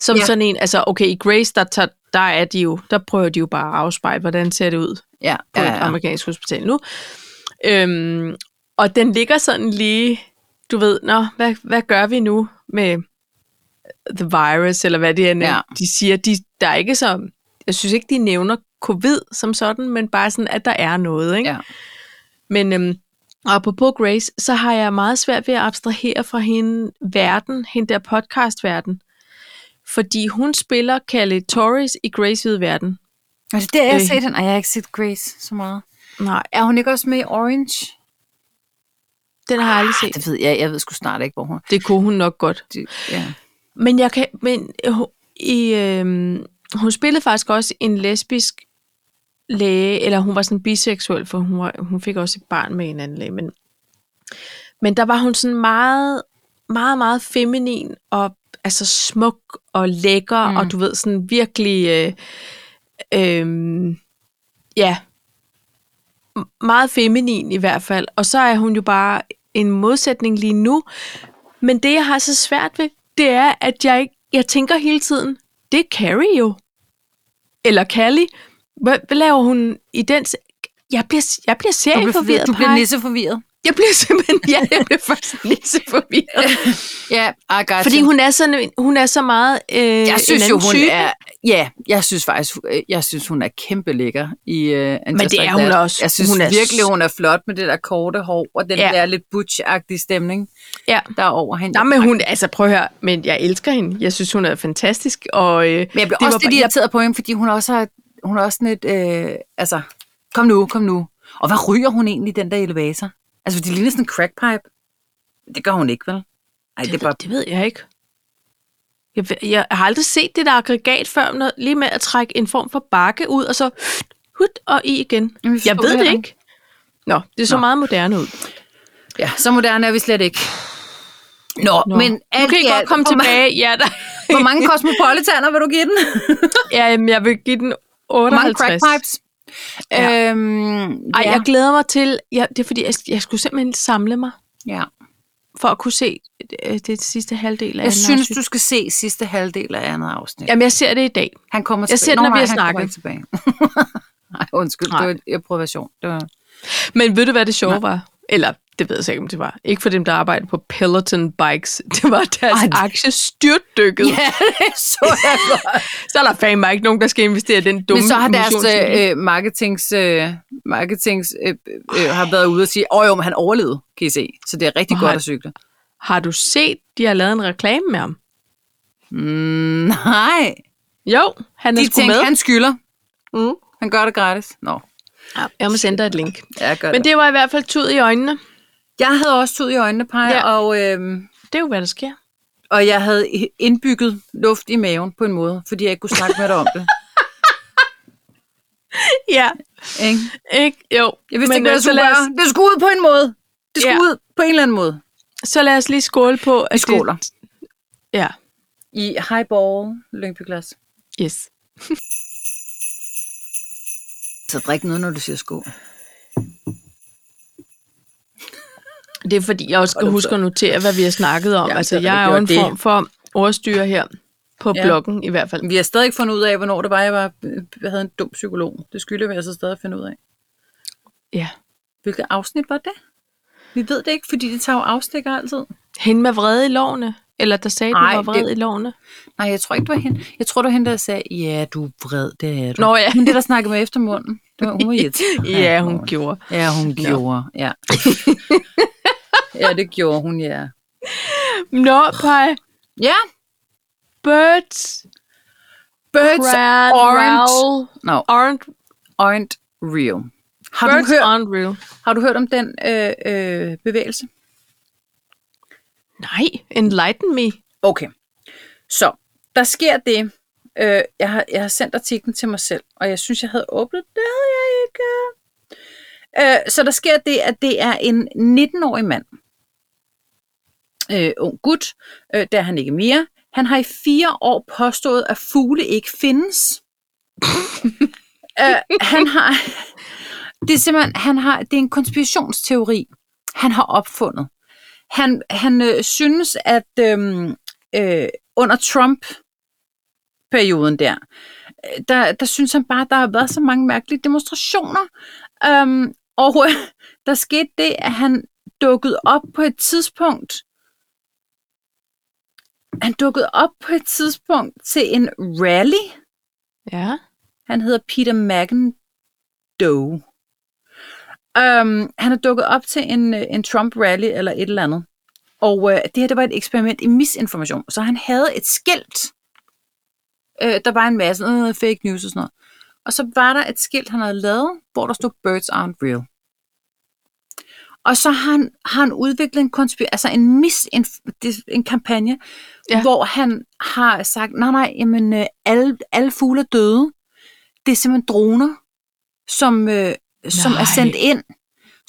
S2: som
S1: Ja.
S2: ja. sådan en, altså okay, i Grace, der, tager, der er de jo, der prøver de jo bare at afspejle, hvordan ser det ud
S1: Ja,
S2: på ja, ja. et amerikansk hospital nu. Øhm, og den ligger sådan lige, du ved, nå, hvad, hvad gør vi nu med the virus, eller hvad det er,
S1: Ja.
S2: ja. de siger. De, der er ikke så, jeg synes ikke, de nævner covid som sådan, men bare sådan, at der er noget. Ikke?
S1: Ja.
S2: Men øhm, og apropos Grace, så har jeg meget svært ved at abstrahere fra hende verden, hende der podcastverden. Fordi hun spiller Kelly Torres i Grace Hvide Verden.
S1: Altså, det har jeg
S2: Øh.
S1: set hende, og jeg har ikke set Grace så meget.
S2: Nej,
S1: Er hun ikke også med i Orange?
S2: den har jeg aldrig set.
S1: Det ved jeg. Jeg ved sgu snart ikke, hvor hun
S2: Det kunne hun nok godt.
S1: det, ja.
S2: Men jeg kan, men øh, hu- i, øhm, hun spillede faktisk også en lesbisk læge, eller hun var sådan biseksuel, for hun, var, hun fik også et barn med en anden læge. Men, men der var hun sådan meget, meget, meget feminin, og altså smuk og lækker,
S1: Mm.
S2: mm. og du ved, sådan virkelig, øh, øh, ja, M- meget feminin i hvert fald. Og så er hun jo bare en modsætning lige nu, men det, jeg har så svært ved, det er, at jeg, ikke- jeg tænker hele tiden, det er Carrie jo. Eller Callie. Hvad, hvad laver hun i den... se- Jeg bliver, jeg bliver
S1: Du bliver
S2: serieforvirret,
S1: forvirret. Du bliver
S2: Paj.
S1: nisseforvirret.
S2: Jeg bliver simpelthen... Ja, jeg bliver faktisk nisse forvirret.
S1: Ja, I got
S2: Fordi
S1: you.
S2: hun er, sådan, en- hun er så meget øh,
S1: Altså- Jeg synes
S2: en
S1: jo,
S2: anden
S1: hun
S2: type.
S1: er... Ja, jeg synes faktisk, øh, jeg synes, hun er kæmpe lækker i uh, Men
S2: det er hun også.
S1: Jeg synes hun
S2: Hun
S1: er
S2: er
S1: virkelig,
S2: s-
S1: hun er flot med det der korte hår, og den ja.
S2: Ja.
S1: der lidt butch-agtige stemning,
S2: Ja.
S1: der er over hende.
S2: Nå, men hun... Altså, prøv at høre. Men jeg elsker hende. Jeg synes, hun er fantastisk. Og, øh,
S1: men jeg bliver
S2: det
S1: også
S2: var
S1: lidt
S2: bare-
S1: irriteret på hende, fordi hun også har, hun er også sådan lidt... Øh, altså, kom nu, kom nu. Og hvad ryger hun egentlig i den der elevator? Altså, for det ligner sådan en crackpipe. Det gør hun ikke, vel? Ej, det,
S2: Det,
S1: er bare...
S2: det ved jeg ikke. Jeg, ved- jeg har aldrig set det der aggregat før, når, lige med at trække en form for bakke ud, og så hut og i igen.
S1: Jamen, vi
S2: Jeg
S1: så
S2: ved
S1: her.
S2: det ikke. Nå, det så
S1: Nå.
S2: meget moderne ud.
S1: Ja, så moderne er vi slet ikke. Nå, Nå.
S2: Nå.
S1: men
S2: Nu
S1: alt
S2: kan I
S1: i
S2: godt
S1: alt,
S2: komme
S1: hvor, ma-
S2: tilbage. Ja, der,
S1: hvor mange kosmopolitaner vil du give den?
S2: ja, jamen, jeg vil give den
S1: Hvor mange
S2: 58.
S1: crackpipes?
S2: Ja.
S1: Øhm,
S2: Ej,
S1: ja.
S2: jeg glæder mig til... Ja, det er fordi, jeg, jeg skulle simpelthen samle mig
S1: ja.
S2: for at kunne se øh, det sidste halvdel af
S1: Jeg
S2: anden
S1: synes,
S2: afsnit.
S1: du skal se sidste halvdel af andet afsnit.
S2: Jamen, jeg ser det i dag.
S1: Han kommer tilbage.
S2: Jeg ser den,
S1: Nå,
S2: når vi
S1: nej,
S2: har
S1: han kommer
S2: snakket.
S1: ikke tilbage. nej, undskyld.
S2: Nej.
S1: Nej. Det var en privation. Det var...
S2: Men ved du, hvad det sjove var? Eller, det ved jeg så ikke, om det var. Ikke for dem, der arbejder på Peloton Bikes. Det var deres
S1: Ej,
S2: Ej.
S1: det-
S2: aktie styrtdykket. Yeah.
S1: det så jeg godt.
S2: Så er der fandme ikke nogen, der skal investere i den dumme
S1: Men så har deres
S2: kommissionsstil.
S1: øh, marketings, øh, marketings øh, øh, har været ude og sige, åh jo, men han overlevede, kan I se. Så det er rigtig
S2: Hvor
S1: godt
S2: har-
S1: at cykle.
S2: Har du set, de har lavet en reklame med ham?
S1: Mm, nej.
S2: Jo, han er
S1: De
S2: sgu
S1: tænkte,
S2: med.
S1: han skylder.
S2: Mm.
S1: Han gør det gratis. Nå,
S2: Ja, Jeg må sende dig et link.
S1: ja, jeg gør
S2: Men
S1: det.
S2: det var i hvert fald tud i øjnene.
S1: Jeg havde også tud i øjnene, Paj,
S2: Ja.
S1: ja. og, øhm,
S2: Det er jo, hvad der sker.
S1: og jeg havde indbygget luft i maven på en måde, fordi jeg ikke kunne snakke med dig om det.
S2: Ja,
S1: Ikke?
S2: ikke? Jo.
S1: Jeg vidste Men, ikke,
S2: øh,
S1: hvad jeg
S2: så,
S1: skulle
S2: lad os,
S1: gøre. Det skulle ud på en måde. Det skulle
S2: Ja.
S1: ud på en eller anden måde.
S2: så lad os lige skåle på, at
S1: Vi skåler.
S2: Det, ja,
S1: I highball Lyngby Glas.
S2: yes.
S1: Så drik noget, når du siger skål.
S2: Det er fordi, jeg også skal
S1: Hold op,
S2: huske at notere, hvad vi har snakket om. Ja,
S1: Ja,
S2: altså,
S1: det har
S2: jeg
S1: vi
S2: er jo en
S1: gjort, det.
S2: form for ordstyre her på ja.
S1: Ja.
S2: bloggen i hvert fald.
S1: Vi har stadig ikke fundet ud af, hvornår det var, jeg, var, jeg havde en dum psykolog. Det skylder vi altså stadig at finde ud af.
S2: Ja.
S1: Hvilket afsnit var det? Vi ved det ikke, fordi det tager jo afstikker altid.
S2: Hende med vrede i lovene? Eller der sagde, du
S1: Ej,
S2: var vred
S1: det-
S2: i lovene?
S1: Nej, jeg tror ikke, det var hende. Jeg tror, det var hende, der sagde, ja, du er vred, det er du.
S2: Nå ja.
S1: Hun det, der snakkede med eftermunden. Det var, hun var irriterende.
S2: Ja, hun gjorde.
S1: Ja, hun gjorde, ja. ja, det gjorde hun, ja.
S2: Nå, Paj.
S1: Ja,
S2: Birds.
S1: birds
S2: Brad,
S1: aren't,
S2: Raoul,
S1: no,
S2: aren't,
S1: aren't real. Har
S2: birds
S1: du, hørt,
S2: aren't real.
S1: har du hørt om den øh, øh, bevægelse?
S2: Nej, enlighten me.
S1: Okay. Så, der sker det. Øh, jeg, har, jeg har sendt artiklen til mig selv, og jeg synes, jeg havde åbnet det. havde jeg ikke. Øh, så der sker det, at det er en 19-årig mand. Øh, ung gut. Øh, der er han ikke mere. Han har i fire år påstået, at fugle ikke findes. øh, han har... Det er simpelthen... Han har, det er en konspirationsteori, han har opfundet. Han, han øh, synes, at øhm, øh, under Trump-perioden der, øh, der, der synes han bare, at der har været så mange mærkelige demonstrationer. Øhm, og øh, der skete det, at han dukkede op på et tidspunkt. Han dukkede op på et tidspunkt til en rally.
S2: Ja.
S1: Han hedder Peter McIndoe. Um, han er dukket op til en, øh, en Trump-rally eller et eller andet. Og øh, det her det var et eksperiment i misinformation. Så han havde et skilt. Øh, der var en masse øh, fake news og sådan noget. Og så var der et skilt, han havde lavet, hvor der stod Birds aren't real. Og så har han, har han udviklet en, konspir- altså en, misinf- det- en kampagne,
S2: Ja.
S1: ja. hvor han har sagt, nej, nej, jamen, øh, alle, alle fugle er døde. Det er simpelthen droner, som, øh, som
S2: Nej.
S1: er sendt ind.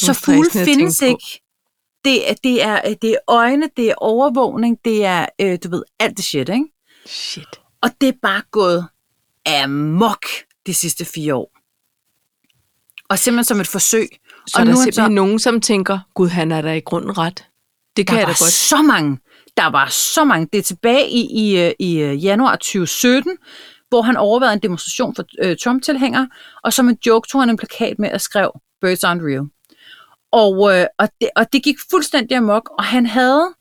S1: Så
S2: stressende
S1: fugle
S2: at tænke
S1: findes
S2: på.
S1: ikke. Det er, det, er, øh, det er øjne, det er overvågning, det er, øh, du ved, alt det shit, ikke?
S2: Shit.
S1: Og det er bare gået amok de sidste fire år. Og simpelthen som et forsøg.
S2: Så og
S1: og
S2: er der
S1: nu er han
S2: simpelthen så... nogen, som tænker, gud, han er da i grunden ret. Det
S1: Der
S2: kan jeg da
S1: var
S2: godt.
S1: så mange. Der var så mange. Det er tilbage i, i, øh, i øh, januar 2017, hvor han overvejede en demonstration for øh, Trump-tilhængere, og som en joke tog han en plakat med og skrev Birds Aren't Real. Og, øh, og, det, og det gik fuldstændig amok, og han havde...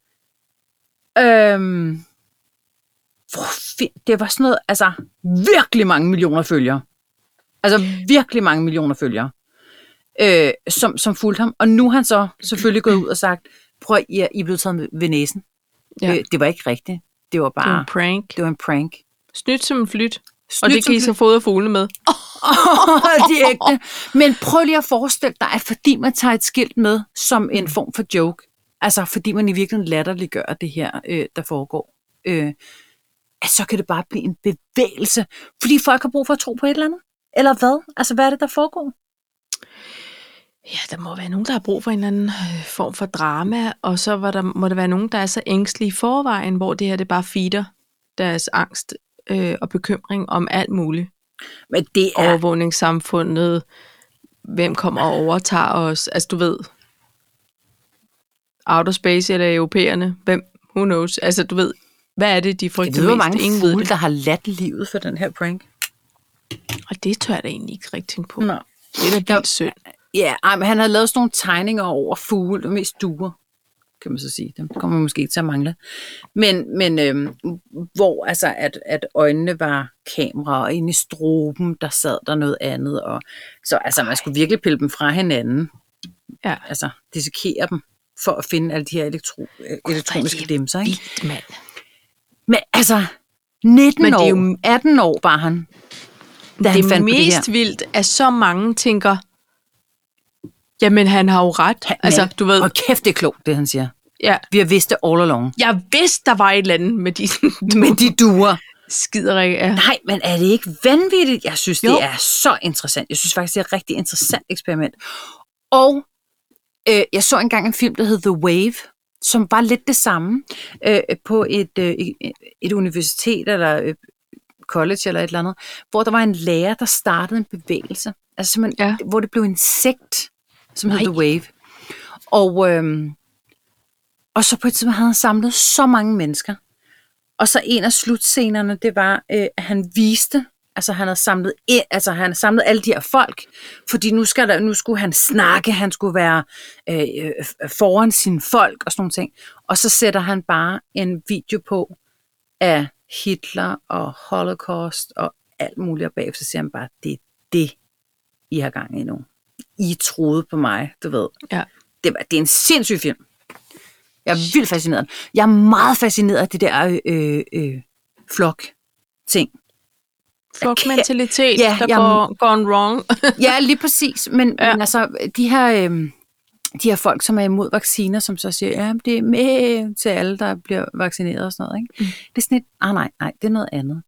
S1: Øhm, hvor fi- det var sådan noget, altså virkelig mange millioner følgere. Altså virkelig mange millioner følgere øh, som, som fulgte ham. Og nu er han så selvfølgelig gået ud og sagt, prøv at I er, I er blevet taget med- ved næsen.
S2: Ja.
S1: Ja. Øh, det var ikke rigtigt. Det var
S2: Det er
S1: bare,
S2: en prank.
S1: det var en prank.
S2: Snydt som en flyt.
S1: Snydt
S2: Og det kan
S1: som
S2: I så fodre fuglene med.
S1: Åh, de er ægte. Men prøv lige at forestille dig, at fordi man tager et skilt med som en form for joke, Altså, fordi man i virkeligheden latterliggør det her, øh, der foregår. Øh, at så kan det bare blive en bevægelse, fordi folk har brug for at tro på et eller andet. Eller hvad? Altså, hvad er det, der foregår?
S2: Ja, der må være nogen, der har brug for en eller anden øh, form for drama, og så var der, må der være nogen, der er så ængstelige i forvejen, hvor det her det bare feeder deres angst øh, og bekymring om alt muligt.
S1: Men det
S2: Ja. Overvågningssamfundet, hvem kommer og overtager os, altså du ved, outer space eller europæerne, hvem, who knows, altså du ved, hvad er det, de
S1: Jeg
S2: frygter
S1: ved, hvor
S2: mest?
S1: mange
S2: Ingen ved
S1: fugle,
S2: det.
S1: der har ladt livet for den her prank.
S2: Og det tør jeg da egentlig ikke rigtig tænke på.
S1: Nå.
S2: Det er da vildt synd.
S1: Ja, ej, men han havde lavet sådan nogle tegninger over fugle, mest duer, kan man så sige. Dem kommer man måske ikke til at mangle. Men, men øhm, hvor altså, at, at øjnene var kamera, og inde i stroben, der sad der noget andet. Og, så altså, man skulle virkelig pille dem fra hinanden.
S2: Ja.
S1: Altså, dissekere dem for at finde alle de her elektro, øh, elektroniske dimser, ikke?
S2: Vildt, mand.
S1: Men altså, 19
S2: Men
S1: men
S2: det er
S1: år,
S2: jo-
S1: 18 år var han, da han
S2: det
S1: fandt på det
S2: mest
S1: her.
S2: det vildt, at så mange tænker, jamen han har jo ret.
S1: Han-
S2: altså,
S1: men-
S2: du ved,
S1: Og kæft, det er klogt, det han siger.
S2: ja.
S1: Vi har vidst det all along.
S2: Jeg vidste, der var et eller andet med de
S1: Men de duer.
S2: skider, ikke? Ja.
S1: Nej, men er det ikke vanvittigt? Jeg synes,
S2: Jo.
S1: det er så interessant. Jeg synes faktisk, det er et rigtig interessant eksperiment. Og øh, jeg så engang en film, der hed The Wave, som var lidt det samme øh, på et, øh, et universitet eller øh, college eller et eller andet, hvor der var en lærer, der startede en bevægelse, altså simpelthen,
S2: Ja.
S1: ja. hvor det blev en sekt, som hed
S2: Nej.
S1: The Wave. Og, øhm, og så på et tidspunkt havde han samlet så mange mennesker. Og så en af slutscenerne, det var, øh, at han viste, altså han havde samlet, ind, altså han havde samlet alle de her folk, fordi nu, skal der, nu skulle han snakke, han skulle være øh, øh, foran sine folk og sådan nogle ting. Og så sætter han bare en video på af Hitler og Holocaust og alt muligt, og bagefter siger han bare, det er det, I har gang i nu. I troede på mig, du ved.
S2: ja.
S1: Det, var, det er en sindssyg film. Jeg er vildt fascineret. Jeg er meget fascineret af det der øh, øh, flok-ting.
S2: Flokmentalitet,
S1: Ja,
S2: der
S1: jeg-
S2: går gone wrong.
S1: Ja, lige præcis. Men,
S2: Ja.
S1: ja. men altså, de her, øh, de her folk, som er imod vacciner, som så siger, ja, det er med til alle, der bliver vaccineret og sådan noget. Ikke? Mm. Det er sådan et, ah nej, nej, det er noget andet.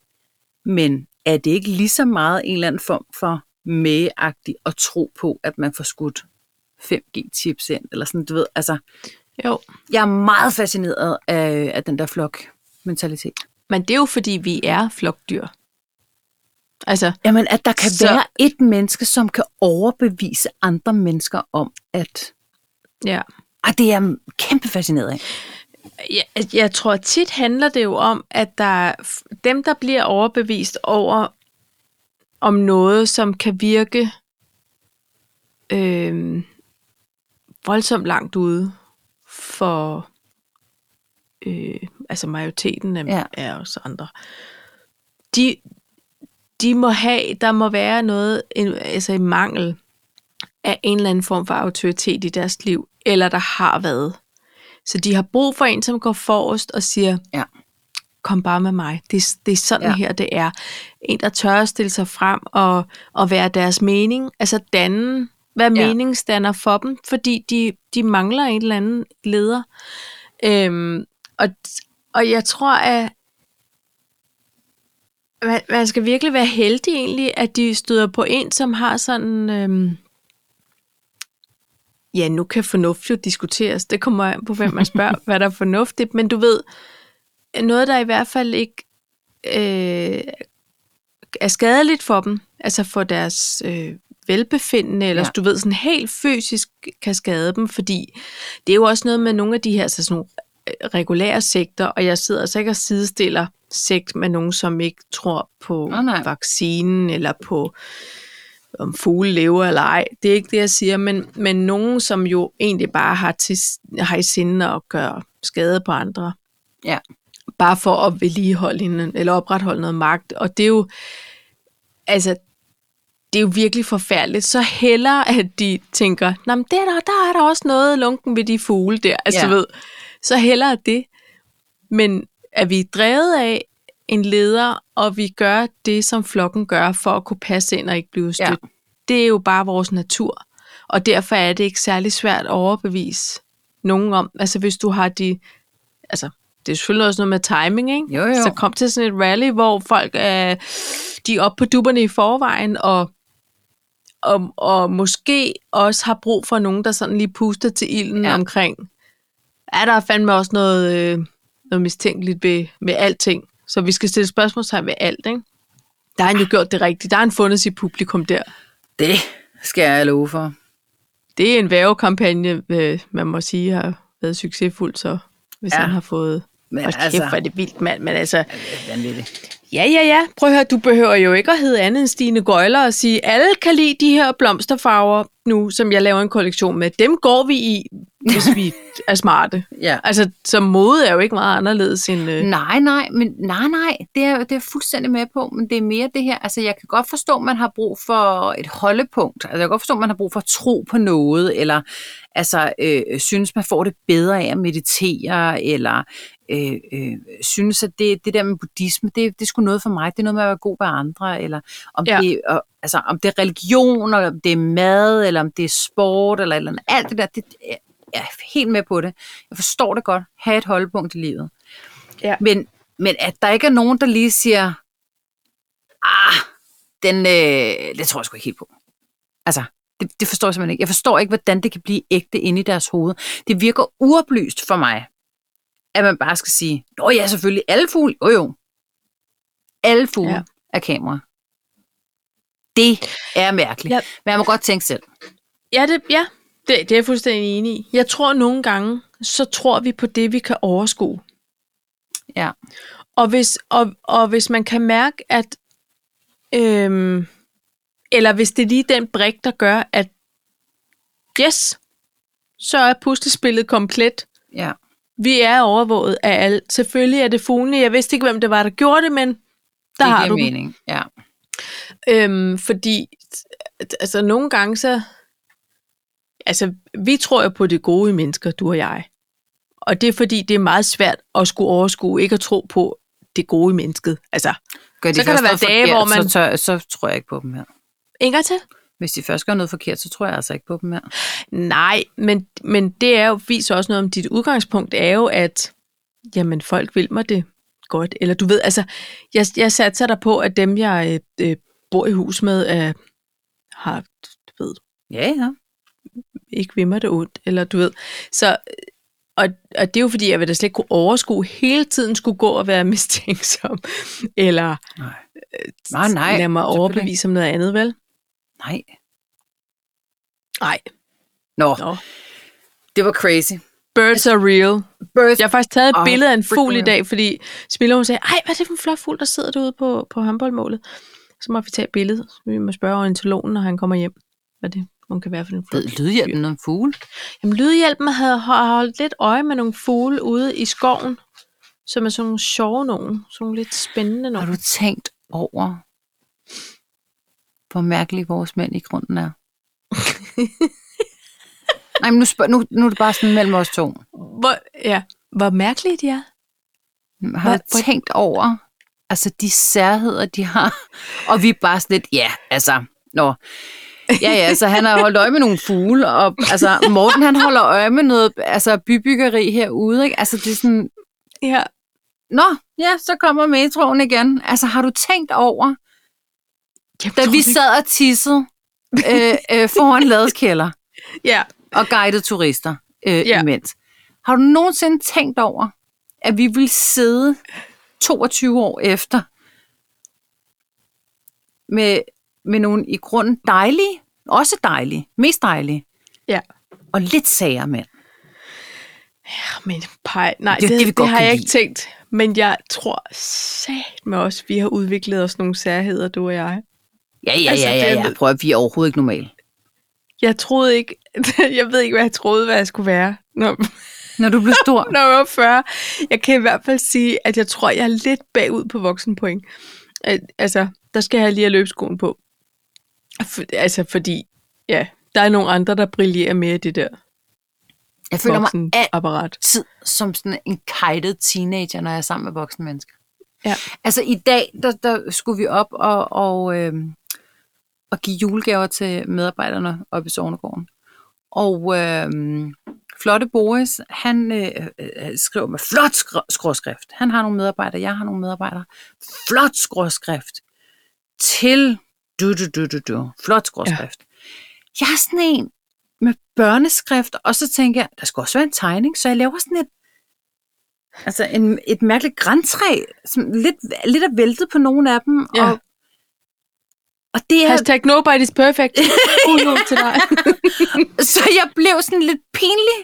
S1: Men er det ikke lige så meget en eller anden form for med at tro på, at man får skudt 5G-chips ind, eller sådan, du ved, altså,
S2: jo.
S1: Jeg er meget fascineret af, af den der flok-mentalitet.
S2: Men det er jo, fordi vi er flokdyr. Altså,
S1: Jamen, at der kan
S2: Så-
S1: så... være et menneske, som kan overbevise andre mennesker om, at...
S2: ja.
S1: Ah, det er jeg kæmpe fascineret af.
S2: Jeg, altså, jeg tror tit handler det jo om, at der er f- dem, der bliver overbevist over om noget, som kan virke øh, voldsomt langt ude for øh, altså majoriteten af, ja.
S1: Ja.
S2: af os andre. De, de må have, der må være noget, en, altså en mangel af en eller anden form for autoritet i deres liv, eller der har været. Så de har brug for en, som går forrest og siger,
S1: Ja.
S2: kom bare med mig. Det, er- det er sådan ja.
S1: Ja.
S2: her, det er. En, der tør at stille sig frem og, og være deres mening, altså danne, hvad ja.
S1: Ja.
S2: meningen stander for dem, fordi de, de mangler en eller anden leder. Øhm, og, og jeg tror, at man, man skal virkelig være heldig egentlig, at de støder på en, som har sådan... Øhm, ja, nu kan fornuft jo diskuteres. Det kommer an på, hvem man spørger, hvad der er fornuftigt. Men du ved, noget, der i hvert fald ikke øh, er skadeligt for dem, altså for deres øh, velbefindende, eller
S1: Ja.
S2: du ved, sådan helt fysisk kan skade dem, fordi det er jo også noget med nogle af de her så sådan nogle øh, regulære sekter, og jeg sidder altså ikke og sidestiller sekt med nogen, som ikke tror på
S1: Nå, nej.
S2: vaccinen, eller på om fugle lever eller ej. Det er ikke det, jeg siger, men, men nogen, som jo egentlig bare har, til, har i sinde at gøre skade på andre
S1: Ja.
S2: bare for at vedligeholde en, eller opretholde noget magt. Og det er jo, altså, det er jo virkelig forfærdeligt. Så heller, at de tænker, Nå, men det er der, der er der også noget lunken ved de fugle der. Altså,
S1: Ja.
S2: du ved, så heller det. Men er vi drevet af en leder, og vi gør det, som flokken gør, for at kunne passe ind og ikke blive
S1: Ja.
S2: stødt. Ja. Det er jo bare vores natur. Og derfor er det ikke særlig svært at overbevise nogen om. Altså hvis du har de... Altså, det er selvfølgelig også noget med timing, ikke?
S1: Jo, jo.
S2: Så kom til sådan et rally, hvor folk øh, de er oppe på dupperne i forvejen, og, og, og måske også har brug for nogen, der sådan lige puster til ilden
S1: Ja.
S2: ja. omkring. Er der er fandme også noget, øh, noget mistænkeligt ved, med alting? Så vi skal stille spørgsmålstegn ved alt, ikke? Der har han jo gjort det rigtigt. Der har han fundet sit publikum der.
S1: Det skal jeg love for.
S2: Det er en værvekampagne, øh, man må sige, har været succesfuld, så hvis
S1: Ja.
S2: ja. han har fået...
S1: Men
S2: Men Hold altså...
S1: altså-
S2: kæft, hvor er det vildt, mand. Men altså,
S1: Vanvittigt.
S2: ja, ja, ja. Prøv at høre, du behøver jo ikke at hedde andet end Stine Gøjler og sige, alle kan lide de her blomsterfarver nu, som jeg laver en kollektion med. Dem går vi i, hvis vi er smarte.
S1: Ja.
S2: Altså, så mode er jo ikke meget anderledes end... Øh,
S1: Nej, nej, men nej, nej, det er, det er jeg fuldstændig med på, men det er mere det her, altså jeg kan godt forstå, at man har brug for et holdepunkt, altså jeg kan godt forstå, at man har brug for at tro på noget, eller altså øh, synes, man får det bedre af at meditere, eller øh, øh, synes, at det, det der med buddhisme, det, det er sgu noget for mig, det er noget med at være god ved andre, eller om, ja.
S2: Ja.
S1: det, og, altså, om det er religion, eller om det er mad, eller om det er sport, eller, et eller andet. alt det der, det, jeg er helt med på det. Jeg forstår det godt. Ha' et holdepunkt i livet.
S2: Ja.
S1: Men, men at der ikke er nogen, der lige siger, ah, den, øh, det tror jeg sgu ikke helt på. Altså, det, det forstår jeg simpelthen ikke. Jeg forstår ikke, hvordan det kan blive ægte inde i deres hoved. Det virker uoplyst for mig, at man bare skal sige, Nå ja, selvfølgelig, alle fugle, jo jo. Alle fugle ja.
S2: Ja.
S1: er kamera. Det er mærkeligt. Ja.
S2: Ja.
S1: Men jeg må godt tænke selv.
S2: Ja, det, ja. Det, det er jeg fuldstændig enig i. Jeg tror nogle gange, så tror vi på det, vi kan overskue.
S1: Ja.
S2: Og hvis, og, og hvis man kan mærke, at... Øhm, eller hvis det er lige den brik, der gør, at yes, så er puslespillet komplet.
S1: Ja.
S2: Vi er overvåget af alt. Selvfølgelig er det fuglene. Jeg vidste ikke, hvem det var, der gjorde det, men der
S1: det
S2: har
S1: giver
S2: du dem.
S1: mening. Ja.
S2: Øhm, fordi, t- altså nogle gange så, altså vi tror jo på det gode i mennesker, du og jeg. Og det er fordi, det er meget svært at skulle overskue, ikke at tro på det gode i mennesket. Altså,
S1: Gør de
S2: Så kan der
S1: først
S2: være
S1: noget
S2: dage,
S1: forkert,
S2: hvor man-
S1: Så, tør, så tror jeg ikke på dem her.
S2: en gang til?
S1: Hvis de først gør noget forkert, så tror jeg altså ikke på dem her.
S2: Nej, men, men det er jo, viser også noget om dit udgangspunkt, er jo, at jamen, folk vil mig det godt. Eller du ved, altså, jeg, jeg satser dig på, at dem, jeg øh, øh, bor i hus med, øh, har du ved,
S1: Ja, ja.
S2: ikke vil mig det ondt, eller du ved. Så, og, og det er jo fordi, jeg vil da slet ikke kunne overskue, hele tiden skulle gå og være mistænksom, eller
S1: Nej. Nej, nej.
S2: lade mig
S1: selvfølgelig.
S2: overbevise om noget andet, vel?
S1: Nej.
S2: Nej,
S1: Nå,
S2: Nå.
S1: det var crazy.
S2: birds are real.
S1: Birds.
S2: Jeg har faktisk taget et
S1: Åh,
S2: billede af en fugl i
S1: freaking
S2: dag, fordi Smilla hun sagde, ej, hvad er det for en flot fugl, der sidder derude på, på håndboldmålet? Så må vi tage et billede, så vi må spørge orientologen, når han kommer hjem, hvad det hun kan være for en flot
S1: Ved lydhjælpen om fugle?
S2: Jamen, Lydhjælpen havde har holdt lidt øje med nogle fugle ude i skoven, som er sådan nogle sjove nogen, sådan nogle lidt spændende
S1: Har
S2: nogen.
S1: du tænkt over, hvor mærkelig vores mænd i grunden er? Nej, men nu, spørg, nu, nu er det bare sådan mellem os to.
S2: Hvor, ja, hvor mærkeligt de er.
S1: Har
S2: Hvor-
S1: du tænkt over, altså de særheder, de har? Og vi er bare sådan lidt, ja, altså, nå. Ja, ja, så han har holdt øje med nogle fugle, og altså, Morten han holder øje med noget altså, bybyggeri herude, ikke? Altså, det er sådan,
S2: Ja.
S1: nå, ja, så kommer metroen igen. Altså, har du tænkt over,
S2: Jeg
S1: da
S2: tror
S1: vi
S2: ikke-
S1: sad og tissede øh, øh, foran ladeskælder
S2: Ja,
S1: og guidede turister øh, ja.
S2: Ja.
S1: imens. Har du nogensinde tænkt over, at vi vil sidde 22 år efter med, med nogle i grunden dejlige, også dejlige, mest dejlige,
S2: ja.
S1: og lidt sager mænd?
S2: Ach, men pej, nej,
S1: Det
S2: det,
S1: er
S2: det,
S1: det, vi
S2: det,
S1: godt
S2: det har
S1: kan
S2: jeg ikke
S1: lide.
S2: tænkt. Men jeg tror sat med os, vi har udviklet os nogle særheder, du og jeg.
S1: Ja, ja,
S2: Altså,
S1: ja, ja,
S2: det
S1: ja.
S2: er-
S1: Prøv at vi er overhovedet ikke normale.
S2: Jeg troede ikke, jeg ved ikke, hvad jeg troede, hvad jeg skulle være, når,
S1: Når du blev stor.
S2: når jeg var 40. Jeg kan i hvert fald sige, at jeg tror, jeg er lidt bagud på voksenpoint. Øh, Altså, der skal jeg lige have løbskoen på. For, altså, fordi, ja, der er nogle andre, der brillerer mere i det der
S1: Jeg føler mig alt
S2: voksenapparat.
S1: tid som sådan en kajtet teenager, når jeg er sammen med voksne mennesker.
S2: Ja.
S1: Altså i dag, der, der skulle vi op og, og, øh, og give julegaver til medarbejderne oppe i Sognegården. Og øh, Flotte Boris, han øh, øh, skriver med flot skr- skråskrift. Han har nogle medarbejdere, jeg har nogle medarbejdere. Flot skråskrift. Til du, du, du, du, du. Flot skråskrift. Ja. Jeg er sådan en med børneskrift, og så tænker jeg, der skal også være en tegning, så jeg laver sådan et Altså en, et mærkeligt græntræ, som lidt, lidt er væltet på nogle af dem.
S2: Ja.
S1: Og, og det er,
S2: Hashtag nobody's perfect. God jul til dig.
S1: så jeg blev sådan lidt pinlig,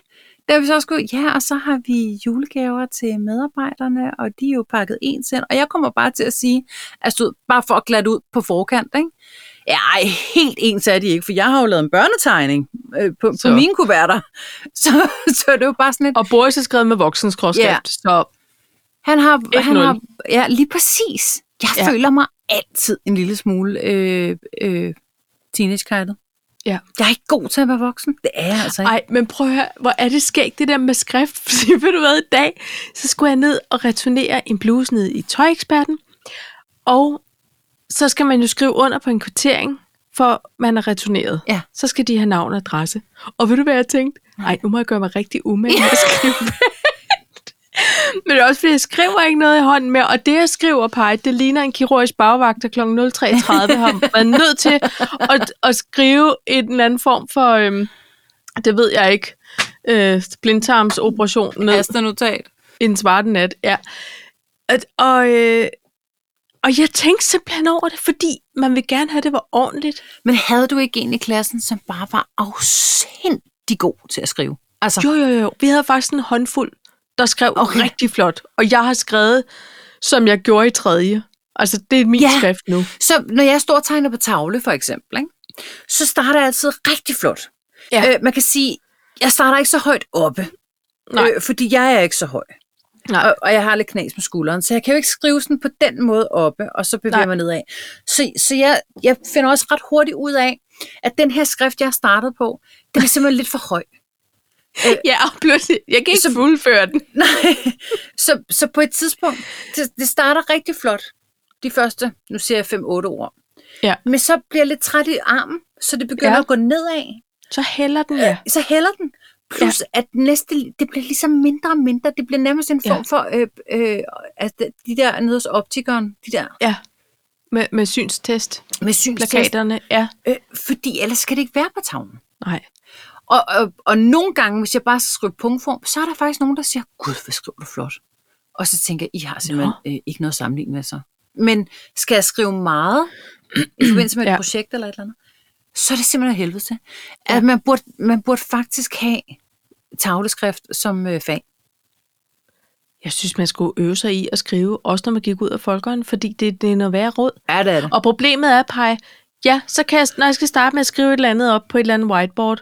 S1: da vi så skulle, ja, og så har vi julegaver til medarbejderne, og de er jo pakket ens ind, og jeg kommer bare til at sige, at stod bare for at glatte ud på forkant, ikke? Ja, ej, helt ens er de ikke, for jeg har jo lavet en børnetegning øh, på, på
S2: Så.
S1: mine kuverter. Så, så det var bare sådan lidt,
S2: Og Boris er skrevet med voksenskråskrift,
S1: Ja.
S2: yeah. så
S1: Han har,
S2: 1-0.
S1: han har ja, lige præcis. Jeg ja.
S2: Ja.
S1: føler mig altid en lille smule øh, øh, teenage
S2: Ja.
S1: Jeg er ikke god til at være voksen. Det er jeg altså ikke.
S2: Ej, men prøv at høre, hvor er det skægt, det der med skrift. Fordi ved du hvad, i dag, så skulle jeg ned og returnere en bluse ned i tøjeksperten. Og så skal man jo skrive under på en kvittering, for man er returneret.
S1: Ja.
S2: Så skal de have navn og adresse. Og ved du hvad, jeg tænkte? Nej, nu må jeg gøre mig rigtig umage med at skrive pænt. Men det er også fordi, jeg skriver ikke noget i hånden mere, og det, jeg skriver, Paj, det ligner en kirurgisk bagvagt, der kl. 03.30 har været nødt til at, at skrive en eller anden form for... Øhm, det ved jeg ikke, øh, blindtarmsoperation ned
S1: Altså- Astanotat.
S2: en svarte nat, ja. At, og, øh, og jeg tænkte simpelthen over det, fordi man vil gerne have, at det var ordentligt.
S1: Men havde du ikke en i klassen, som bare var afsindig god til at skrive? Altså,
S2: Jo, jo, jo. Vi havde faktisk en håndfuld, der skrev
S1: Okay.
S2: okay. rigtig flot. Og jeg har skrevet, som jeg gjorde i tredje. Altså, det er min
S1: Ja.
S2: ja. skrift nu.
S1: Så når jeg står og tegner på tavle, for eksempel, ikke? så starter jeg altid rigtig flot.
S2: Ja.
S1: Øh, man kan sige, jeg starter ikke så højt oppe,
S2: Nej.
S1: Øh, fordi jeg er ikke så høj.
S2: Nej.
S1: Og, og jeg har lidt knas med skulderen, så jeg kan jo ikke skrive sådan på den måde oppe, og så bevæger
S2: Nej.
S1: jeg mig nedad. Så, så jeg, jeg finder også ret hurtigt ud af, at den her skrift, jeg har startet på, den er simpelthen lidt for høj.
S2: Ja, og pludselig, jeg kan ikke
S1: Så-
S2: så... fuldføre den.
S1: Nej. Så, så på et tidspunkt, det, det starter rigtig flot, de første, nu siger jeg 5-8 år.
S2: Ja.
S1: Men så bliver jeg lidt træt i armen, så det begynder ja.
S2: Ja.
S1: at gå nedad.
S2: Så hælder den, ja.
S1: så hælder den. Plus, ja. at næste, det bliver ligesom mindre og mindre. Det bliver nærmest en
S2: Ja.
S1: form for, øh, øh, altså, de der nede hos optikeren, de der
S2: Ja. Med, med synstest.
S1: med synstest.
S2: Plakaterne, ja.
S1: Øh, fordi ellers kan det ikke være på tavlen.
S2: Nej.
S1: Og, og, og nogle gange, hvis jeg bare skal skrive punktform, så er der faktisk nogen, der siger, gud, hvor skriver du flot. Og så tænker jeg, I har simpelthen øh, ikke noget at sammenligne med så. Men skal jeg skrive meget i forbindelse med et ja.
S2: Ja.
S1: projekt eller et eller andet, så er det simpelthen af helvede til. At ja. man, burde, man burde faktisk have tavleskrift som øh, fag.
S2: Jeg synes, man skulle øve sig i at skrive, også når man gik ud af folkeren, fordi det, det er noget værre råd.
S1: Ja, det er det.
S2: Og problemet er, Paj, ja, så kan jeg, når jeg skal starte med at skrive et eller andet op på et eller andet whiteboard,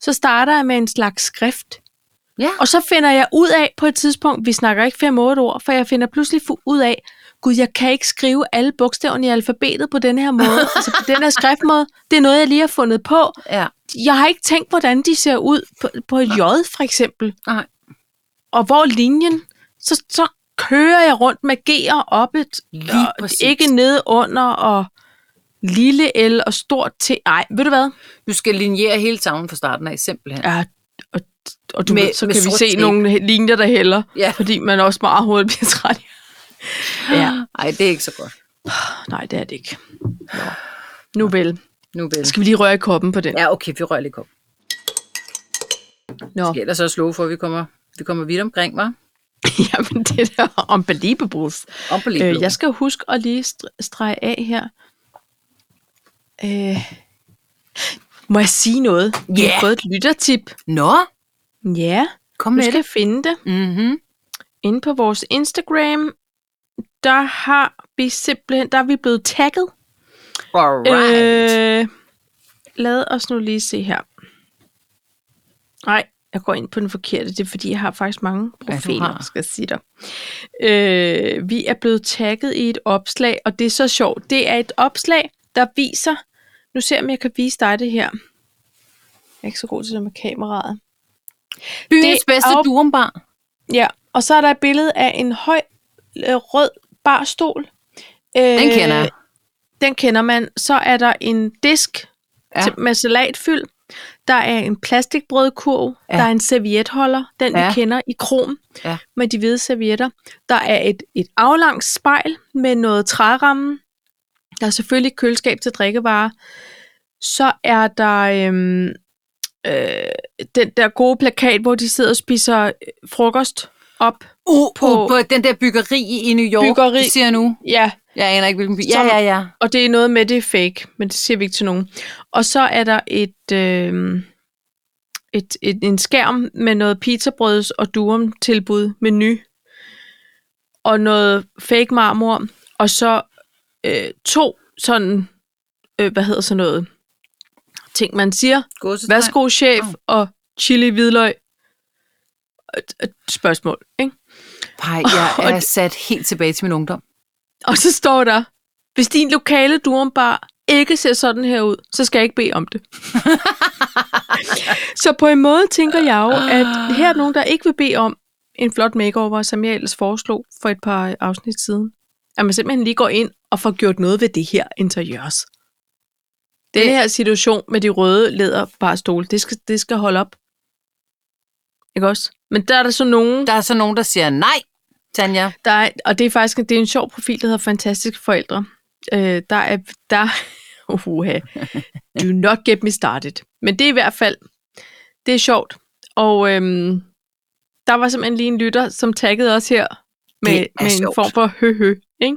S2: så starter jeg med en slags skrift.
S1: Ja.
S2: Og så finder jeg ud af på et tidspunkt, vi snakker ikke 5-8 ord, for jeg finder pludselig fu- ud af, gud, jeg kan ikke skrive alle bogstaverne i alfabetet på den her måde, altså på den her skriftmåde. Det er noget, jeg lige har fundet på.
S1: Ja.
S2: Jeg har ikke tænkt, hvordan de ser ud på, på et J, for eksempel
S1: Nej.
S2: og hvor er linjen, så, så kører jeg rundt med G'er oppe,
S1: Lige
S2: og
S1: præcis.
S2: ikke nede under, og lille L og stort T. Nej, ved du hvad?
S1: Du skal linjere hele tavlen fra starten af, simpelthen.
S2: Ja, og, og du
S1: Med-
S2: med, ved, så
S1: med
S2: kan vi
S1: sort
S2: se
S1: tape.
S2: nogle linjer, der hælder,
S1: Ja.
S2: fordi man også meget hurtigt bliver træt. Ja,
S1: Nej, det er ikke så godt.
S2: nej, det er det ikke. Nå. Nu vel.
S1: Nu vil
S2: Skal vi lige røre i koppen på den?
S1: Ja, okay, vi rører lige kom.
S2: Nå.
S1: Skal ellers også love for, at vi kommer, vi kommer vidt omkring, var?
S2: Jamen, det der unbelievables.
S1: Om på
S2: Øh, jeg skal huske at lige st- strege af her. Øh, må jeg sige noget? Yeah. Vi
S1: Ja.
S2: har fået et lyttertip.
S1: Nå,
S2: Ja,
S1: kom
S2: du
S1: med det.
S2: skal finde det.
S1: Mm-hmm.
S2: Inde på vores Instagram, der har vi simpelthen, der er vi blevet tagget.
S1: Alright. Øh,
S2: Øh, lad os nu lige se her. Nej, jeg går ind på den forkerte. Det er, fordi jeg har faktisk mange
S1: Ja, du
S2: profiler,
S1: har.
S2: ja, skal jeg sige dig. Øh, vi er blevet tagget i et opslag, og det er så sjovt. Det er et opslag, der viser... Nu ser jeg, om jeg kan vise dig det her. Jeg er ikke så god til det med kameraet.
S1: Byens bedste
S2: af-
S1: durumbar.
S2: Ja, og så er der et billede af en høj øh, rød barstol. Øh,
S1: Den kender jeg.
S2: Den kender man. Så er der en disk
S1: Ja.
S2: ja. til, med salatfyld. Der er en plastikbrødkurv,
S1: Ja.
S2: ja. der er en servietholder, den ja.
S1: Ja.
S2: vi kender i krom
S1: Ja.
S2: med de hvide servietter. Der er et, et aflangt spejl med noget træramme. Der er selvfølgelig et køleskab til drikkevarer. Så er der øhm, øh, den der gode plakat, hvor de sidder og spiser øh, frokost op.
S1: Uh,
S2: på-
S1: på, på den der byggeri i New York,
S2: Byggeri.
S1: du siger nu.
S2: Ja,
S1: Jeg aner ikke, hvilken by. Ja,
S2: Som-
S1: ja, ja.
S2: Og det er noget med, det er fake, men det siger vi ikke til nogen. Og så er der et, øh, et, et en skærm med noget pizzabrøds og durum tilbud menu. Og noget fake marmor. Og så øh, to sådan, øh, hvad hedder sådan noget, ting man siger.
S1: Godsetegn.
S2: Værsgo chef
S1: Au.
S2: og chili hvidløg. Et- et Spørgsmål, ikke?
S1: Nej, jeg
S2: Og
S1: er
S2: det-
S1: sat helt tilbage til min ungdom.
S2: Og så står der, hvis din lokale durumbar ikke ser sådan her ud, så skal jeg ikke bede om det. så på en måde tænker jeg jo, at her er nogen, der ikke vil bede om en flot makeover, som jeg ellers foreslog for et par afsnit siden. At man simpelthen lige går ind og får gjort noget ved det her interiørs. Den her situation med de røde læderbarstole, det skal, det skal holde op. Ikke også? Men der er der så nogen,
S1: Der er så nogen, der siger nej, Tanja.
S2: der er, og det er faktisk det er en sjov profil, der hedder Fantastiske Forældre. Øh, der er... Der, uha, do not get me started. Men det er i hvert fald... Det er sjovt. Og øhm, der var simpelthen lige en lytter, som taggede os her med,
S1: Det er
S2: med en
S1: sjovt.
S2: form for høhø. Ikke?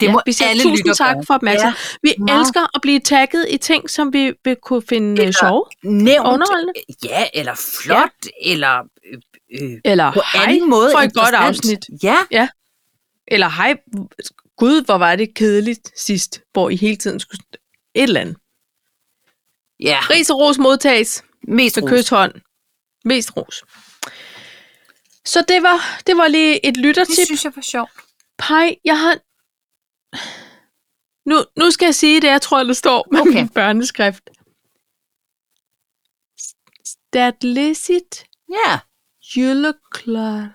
S1: Det må
S2: vi siger
S1: alle
S2: tusind
S1: lytter
S2: tak
S1: gøre.
S2: for opmærksomheden. Ja. Vi
S1: meget.
S2: elsker at blive tagget i ting, som vi vil kunne finde
S1: Det er
S2: øh, sjove,
S1: Nævnt,
S2: underholdende,
S1: ja, eller flot, ja. eller øh, øh,
S2: eller
S1: på
S2: hej,
S1: anden måde
S2: for et godt
S1: interessant.
S2: afsnit.
S1: Ja,
S2: Eller hej, gud, hvor var det kedeligt sidst, hvor I hele tiden skulle... Et eller andet.
S1: ja.
S2: Ris og ros modtages
S1: Mest
S2: med
S1: ros.
S2: kysshånd. Mest ros. Så det var, det var lige et lyttertip.
S1: synes jeg var sjovt.
S2: Pej, jeg har... Nu, nu skal jeg sige det, jeg tror, det står med
S1: Okay.
S2: okay. min børneskrift. That licit
S1: Ja.
S2: you look klar.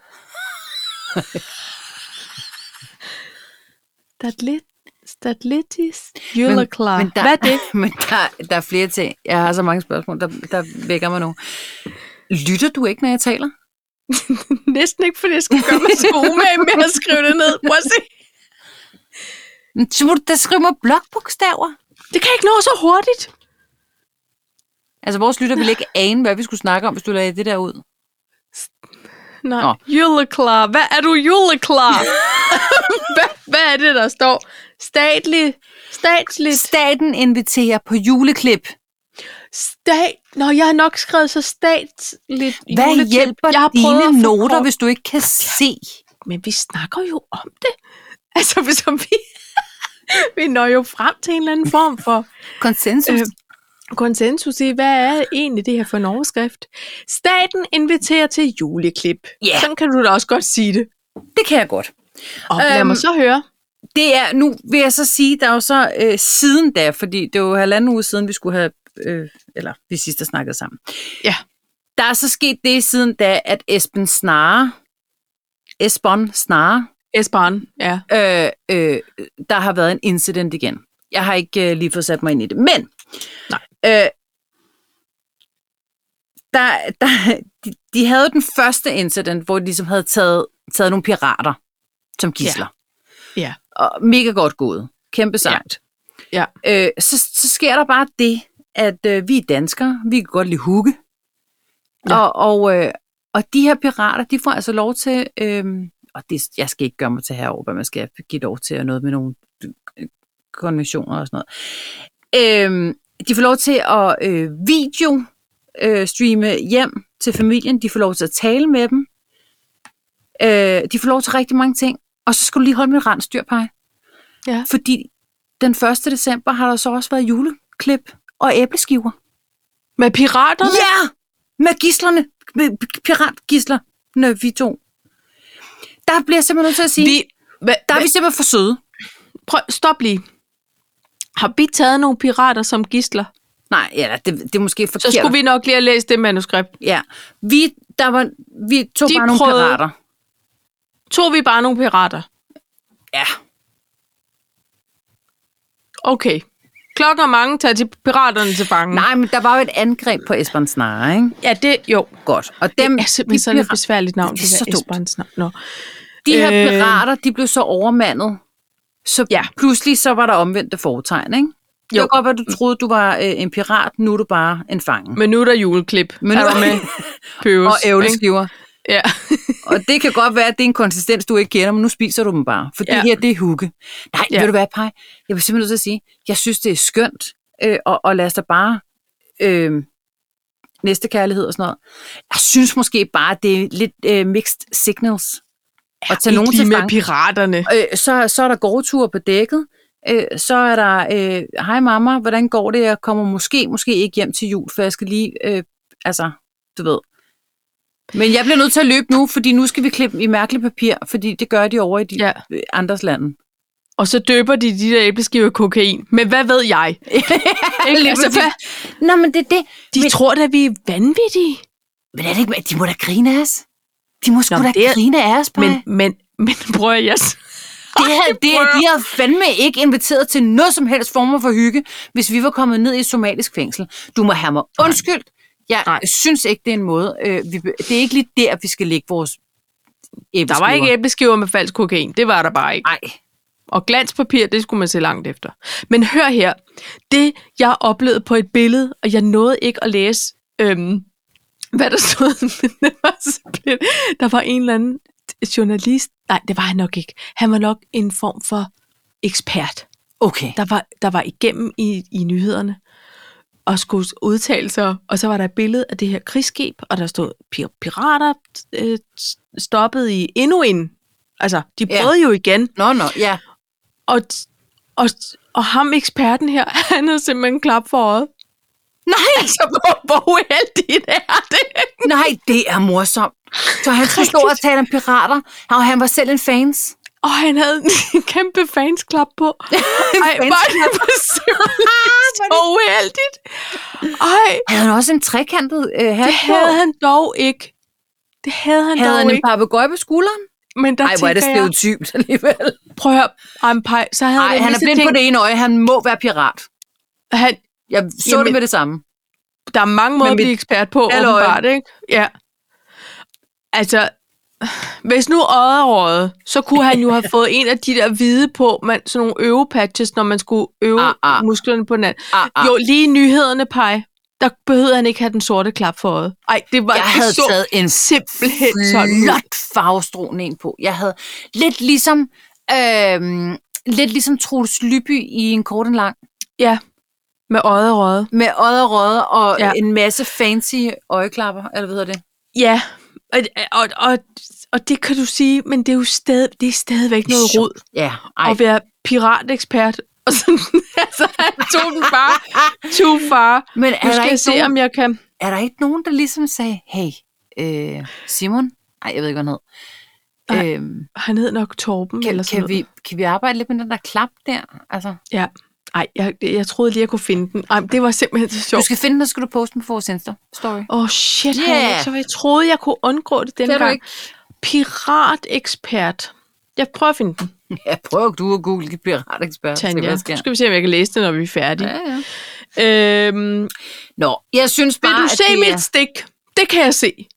S2: That lit, that litis you
S1: Men-
S2: look klar.
S1: Men der,
S2: Hvad er det?
S1: Men der, der er flere ting. Jeg har så mange spørgsmål, der, der vækker mig nu. Lytter du ikke, når jeg taler?
S2: Næsten ikke, fordi jeg skal gøre mig så umage med at skrive det ned. Prøv at se.
S1: Men Så må du da skrive mig blokbogstaver.
S2: Det kan ikke nå så hurtigt.
S1: Altså, vores lytter ville ikke ane, hvad vi skulle snakke om, hvis du lagde det der ud.
S2: Nej.
S1: Nå.
S2: Nå. Juleklar. Hvad er du juleklar? hvad, hvad er det, der står? Statlig. Statsligt.
S1: Staten inviterer på juleklip.
S2: Stat. Nå, jeg har nok skrevet så statsligt
S1: Hvad
S2: juleklip.
S1: hjælper
S2: jeg har prøvet at
S1: dine
S2: få
S1: noter,
S2: kort-
S1: hvis du ikke kan se?
S2: Men vi snakker jo om det. Altså, hvis om vi... vi når jo frem til en eller anden form for
S1: Konsensus.
S2: Øh, konsensus i, hvad er egentlig det her for en overskrift? Staten inviterer til juleklip.
S1: Ja.
S2: Sådan kan du da også godt sige det.
S1: det kan jeg godt.
S2: Og øhm, lad
S1: Øhm,
S2: mig så høre.
S1: Det er, nu vil jeg så sige, der er jo så øh, siden da, fordi det var halvanden uge siden, vi skulle have, øh, eller vi sidst har snakket sammen.
S2: Ja.
S1: Der er så sket det siden da, at Esben Snare, Esbon Snare,
S2: Esbaren, ja.
S1: øh, øh, der har været en incident igen. Jeg har ikke øh, lige fået sat mig ind i det, men
S2: Nej.
S1: Øh, der, der, de, de havde jo den første incident, hvor de ligesom havde taget, taget nogle pirater som gidsler.
S2: Ja.
S1: Og mega godt gået. Kæmpe sejt.
S2: Ja.
S1: Øh, så, så sker der bare det, at øh, vi er danskere, vi kan godt lide hugge.
S2: Ja.
S1: Ja. Og, og, øh, og de her pirater, de får altså lov til, øh, og det, jeg skal ikke gøre mig til herover, hvad man skal give lov til, og noget med nogle øh, konventioner og sådan noget. Øh, de får lov til at øh, video øh, streame hjem til familien, de får lov til at tale med dem, øh, de får lov til rigtig mange ting, og så skal du lige holde med rensdyrpege.
S2: Ja.
S1: Fordi den 1. december har der så også været juleklip og æbleskiver.
S2: Med piraterne?
S1: Ja! Med gislerne. Med piratgislerne, vi to. Der bliver jeg simpelthen nødt til at sige, vi,
S2: Vi, hva,
S1: der
S2: der
S1: er
S2: vi,
S1: vi simpelthen for søde.
S2: prøv, stop lige. Har vi taget nogle pirater som gisler?
S1: Nej, eller det, det er måske forkert.
S2: Så skulle vi nok lige have læst det manuskript.
S1: Ja. Vi, der var, vi tog
S2: De
S1: bare nogle
S2: prøvede-
S1: pirater.
S2: Tog vi bare nogle pirater?
S1: Ja.
S2: Okay. Klokken er mange, tag til piraterne til fange.
S1: Nej, men der var jo et angreb på Esbern Snare, ikke?
S2: Ja, det, jo.
S1: Godt. Og dem,
S2: Dem, det er simpelthen sådan et
S1: pira-
S2: besværligt navn,
S1: Det
S2: det,
S1: er så
S2: det der
S1: dumt.
S2: Esperens navn. Nå.
S1: de her
S2: Øh.
S1: pirater, de blev så overmandet. Så ja.
S2: Ja.
S1: pludselig så var der omvendte foretegn, ikke? Det var
S2: Jo.
S1: godt, at du troede, du var øh, en pirat, nu er du bare en fange.
S2: Men nu er der juleklip.
S1: Men nu-
S2: er du med? Altså, Pøves.
S1: Og ævleskiver.
S2: Ja.
S1: Og det kan godt være, at det er en konsistens, du ikke kender, men nu spiser du dem bare. For ja.
S2: Ja.
S1: det her, det er hugge. Nej, ja.
S2: Ja.
S1: ved du hvad, Paj? Jeg vil simpelthen nødt til at sige, jeg synes, det er skønt, øh, og, og lad os da bare... Øh, næste kærlighed og sådan noget. Jeg synes måske bare, det er lidt øh, mixed signals. At tage nogen
S2: Ikke
S1: til
S2: lige
S1: fange.
S2: med piraterne.
S1: Øh, så, så er der gårdture på dækket. Øh, så er der, øh, hej mamma, hvordan går det? Jeg kommer måske, måske ikke hjem til jul, for jeg skal lige, øh, altså, du ved. Men jeg bliver nødt til at løbe nu, fordi nu skal vi klippe i mærkeligt papir, fordi det gør de over i de ja.
S2: Ja.
S1: andres lande.
S2: Og så døber de de der æbleskiver i kokain. Men hvad ved jeg? Ikke? altså,
S1: præcis.
S2: hvad?
S1: Nå, men det er det.
S2: De
S1: Men-
S2: men... tror da, vi er vanvittige.
S1: Men er det ikke, de må da grine af os. De må sgu
S2: Nå,
S1: da
S2: men det er-
S1: grine af os, men,
S2: Men, men, men prøv at jeg... s-
S1: det her, det,
S2: prøver
S1: de havde fandme ikke inviteret til noget som helst form for hygge, hvis vi var kommet ned i et somalisk fængsel. Du må have mig undskyldt. Jeg Nej.
S2: Nej.
S1: synes ikke, det er en måde. Øh, vi, be- det er ikke lige der, vi skal lægge vores æbleskiver.
S2: Der var ikke æbleskiver med falsk kokain. Det var der bare ikke.
S1: Nej.
S2: Og glanspapir, det skulle man se langt efter. Men hør her. Det, jeg oplevede på et billede, og jeg nåede ikke at læse, øhm, hvad der stod, men det var så pænt. Der var en eller anden journalist. Nej, det var han nok ikke. Han var nok en form for ekspert.
S1: Okay.
S2: der var, der var igennem i, i nyhederne og skulle udtale sig, og så var der et billede af det her krigsskib, og der stod pir- pirater øh, stoppet i endnu en. Altså, de
S1: Ja.
S2: prøvede ja. jo igen.
S1: Nå, nå, ja.
S2: Og, og, og ham, eksperten her, han havde simpelthen klap for øjet.
S1: Nej,
S2: Så altså, hvor, hvor uheldigt er det?
S1: nej, det er morsomt. Så han skulle stå og tale om pirater, og han var selv en fans.
S2: Og han havde en kæmpe fansklap på. Ej, var det var simpelthen så uheldigt. Ej,
S1: Han havde også en trekantet øh, hat
S2: det
S1: på.
S2: havde han dog ikke. Det havde han
S1: Havde
S2: dog
S1: han
S2: ikke.
S1: en papegøje på skulderen?
S2: Men der
S1: Nej, hvor er det
S2: tænker jeg,
S1: stereotypt alligevel.
S2: prøv at høre, I'm pie, så havde
S1: Nej,
S2: jeg
S1: han er
S2: næsten
S1: blind på
S2: tænkt,
S1: det ene øje. Han må være pirat.
S2: Han,
S1: Jeg så Jamen,
S2: Jamen-
S1: det med det samme.
S2: der er mange måder
S1: Men
S2: at
S1: mit-
S2: blive ekspert på,
S1: Halløj.
S2: åbenbart, ikke? Ja. Altså, hvis nu øjet er røget, så kunne han jo have fået en af de der hvide på, man, sådan nogle øvepatches, når man skulle øve
S1: Ah,
S2: ah,
S1: ah.
S2: ah. musklerne på hinanden.
S1: Ah, ah.
S2: Ah. Jo, lige i nyhederne, pej, der behøvede han ikke have den sorte klap for øjet. Ej, det var
S1: jeg
S2: det
S1: havde
S2: så
S1: taget en
S2: simpelthen sådan. ud.
S1: flot farvestrående ind på. Jeg havde lidt ligesom, øhm, lidt ligesom Troels Lyby i en kort en lang,
S2: Ja, med øjet røget.
S1: med øjet og røde og ja.
S2: Ja.
S1: en masse fancy øjeklapper, eller hvad hedder det?
S2: Ja, og, og, og, og det kan du sige, men det er jo stadig, det er stadigvæk noget
S1: sjovt.
S2: rod.
S1: Ja, ej.
S2: Ej. at være piratekspert. Og sådan, altså, han tog den bare too far.
S1: Men
S2: Nu
S1: er der,
S2: skal jeg
S1: ikke
S2: se,
S1: nogen,
S2: om jeg kan...
S1: er der ikke nogen, der ligesom sagde, hey, øh, Simon, nej, jeg ved ikke, hvad han hed.
S2: Nej.
S1: Øhm,
S2: Han hed nok Torben
S1: kan,
S2: eller sådan
S1: kan,
S2: noget.
S1: vi, kan vi arbejde lidt med den der klap der? Altså,
S2: Ja. Ej, jeg, jeg troede lige, jeg kunne finde den. Ej, men det var simpelthen så
S1: du
S2: sjovt.
S1: skal finde den, så skal du poste den på vores Insta-story.
S2: Åh, oh, shit, yeah.
S1: Ja.
S2: jeg, så jeg troede, jeg kunne undgå det
S1: Kan
S2: denne
S1: du
S2: gang.
S1: ikke?
S2: Piratekspert. Jeg prøver at finde den,
S1: Ja, prøv du at google piratekspert. se,
S2: Tanja.
S1: hvad
S2: Nu
S1: der sker.
S2: skal vi se, om jeg kan læse den, når vi er færdige.
S1: Ja, ja.
S2: Øhm,
S1: Nå, jeg synes
S2: vil
S1: bare,
S2: du
S1: at
S2: se
S1: det
S2: mit
S1: er
S2: stik? Det kan jeg se.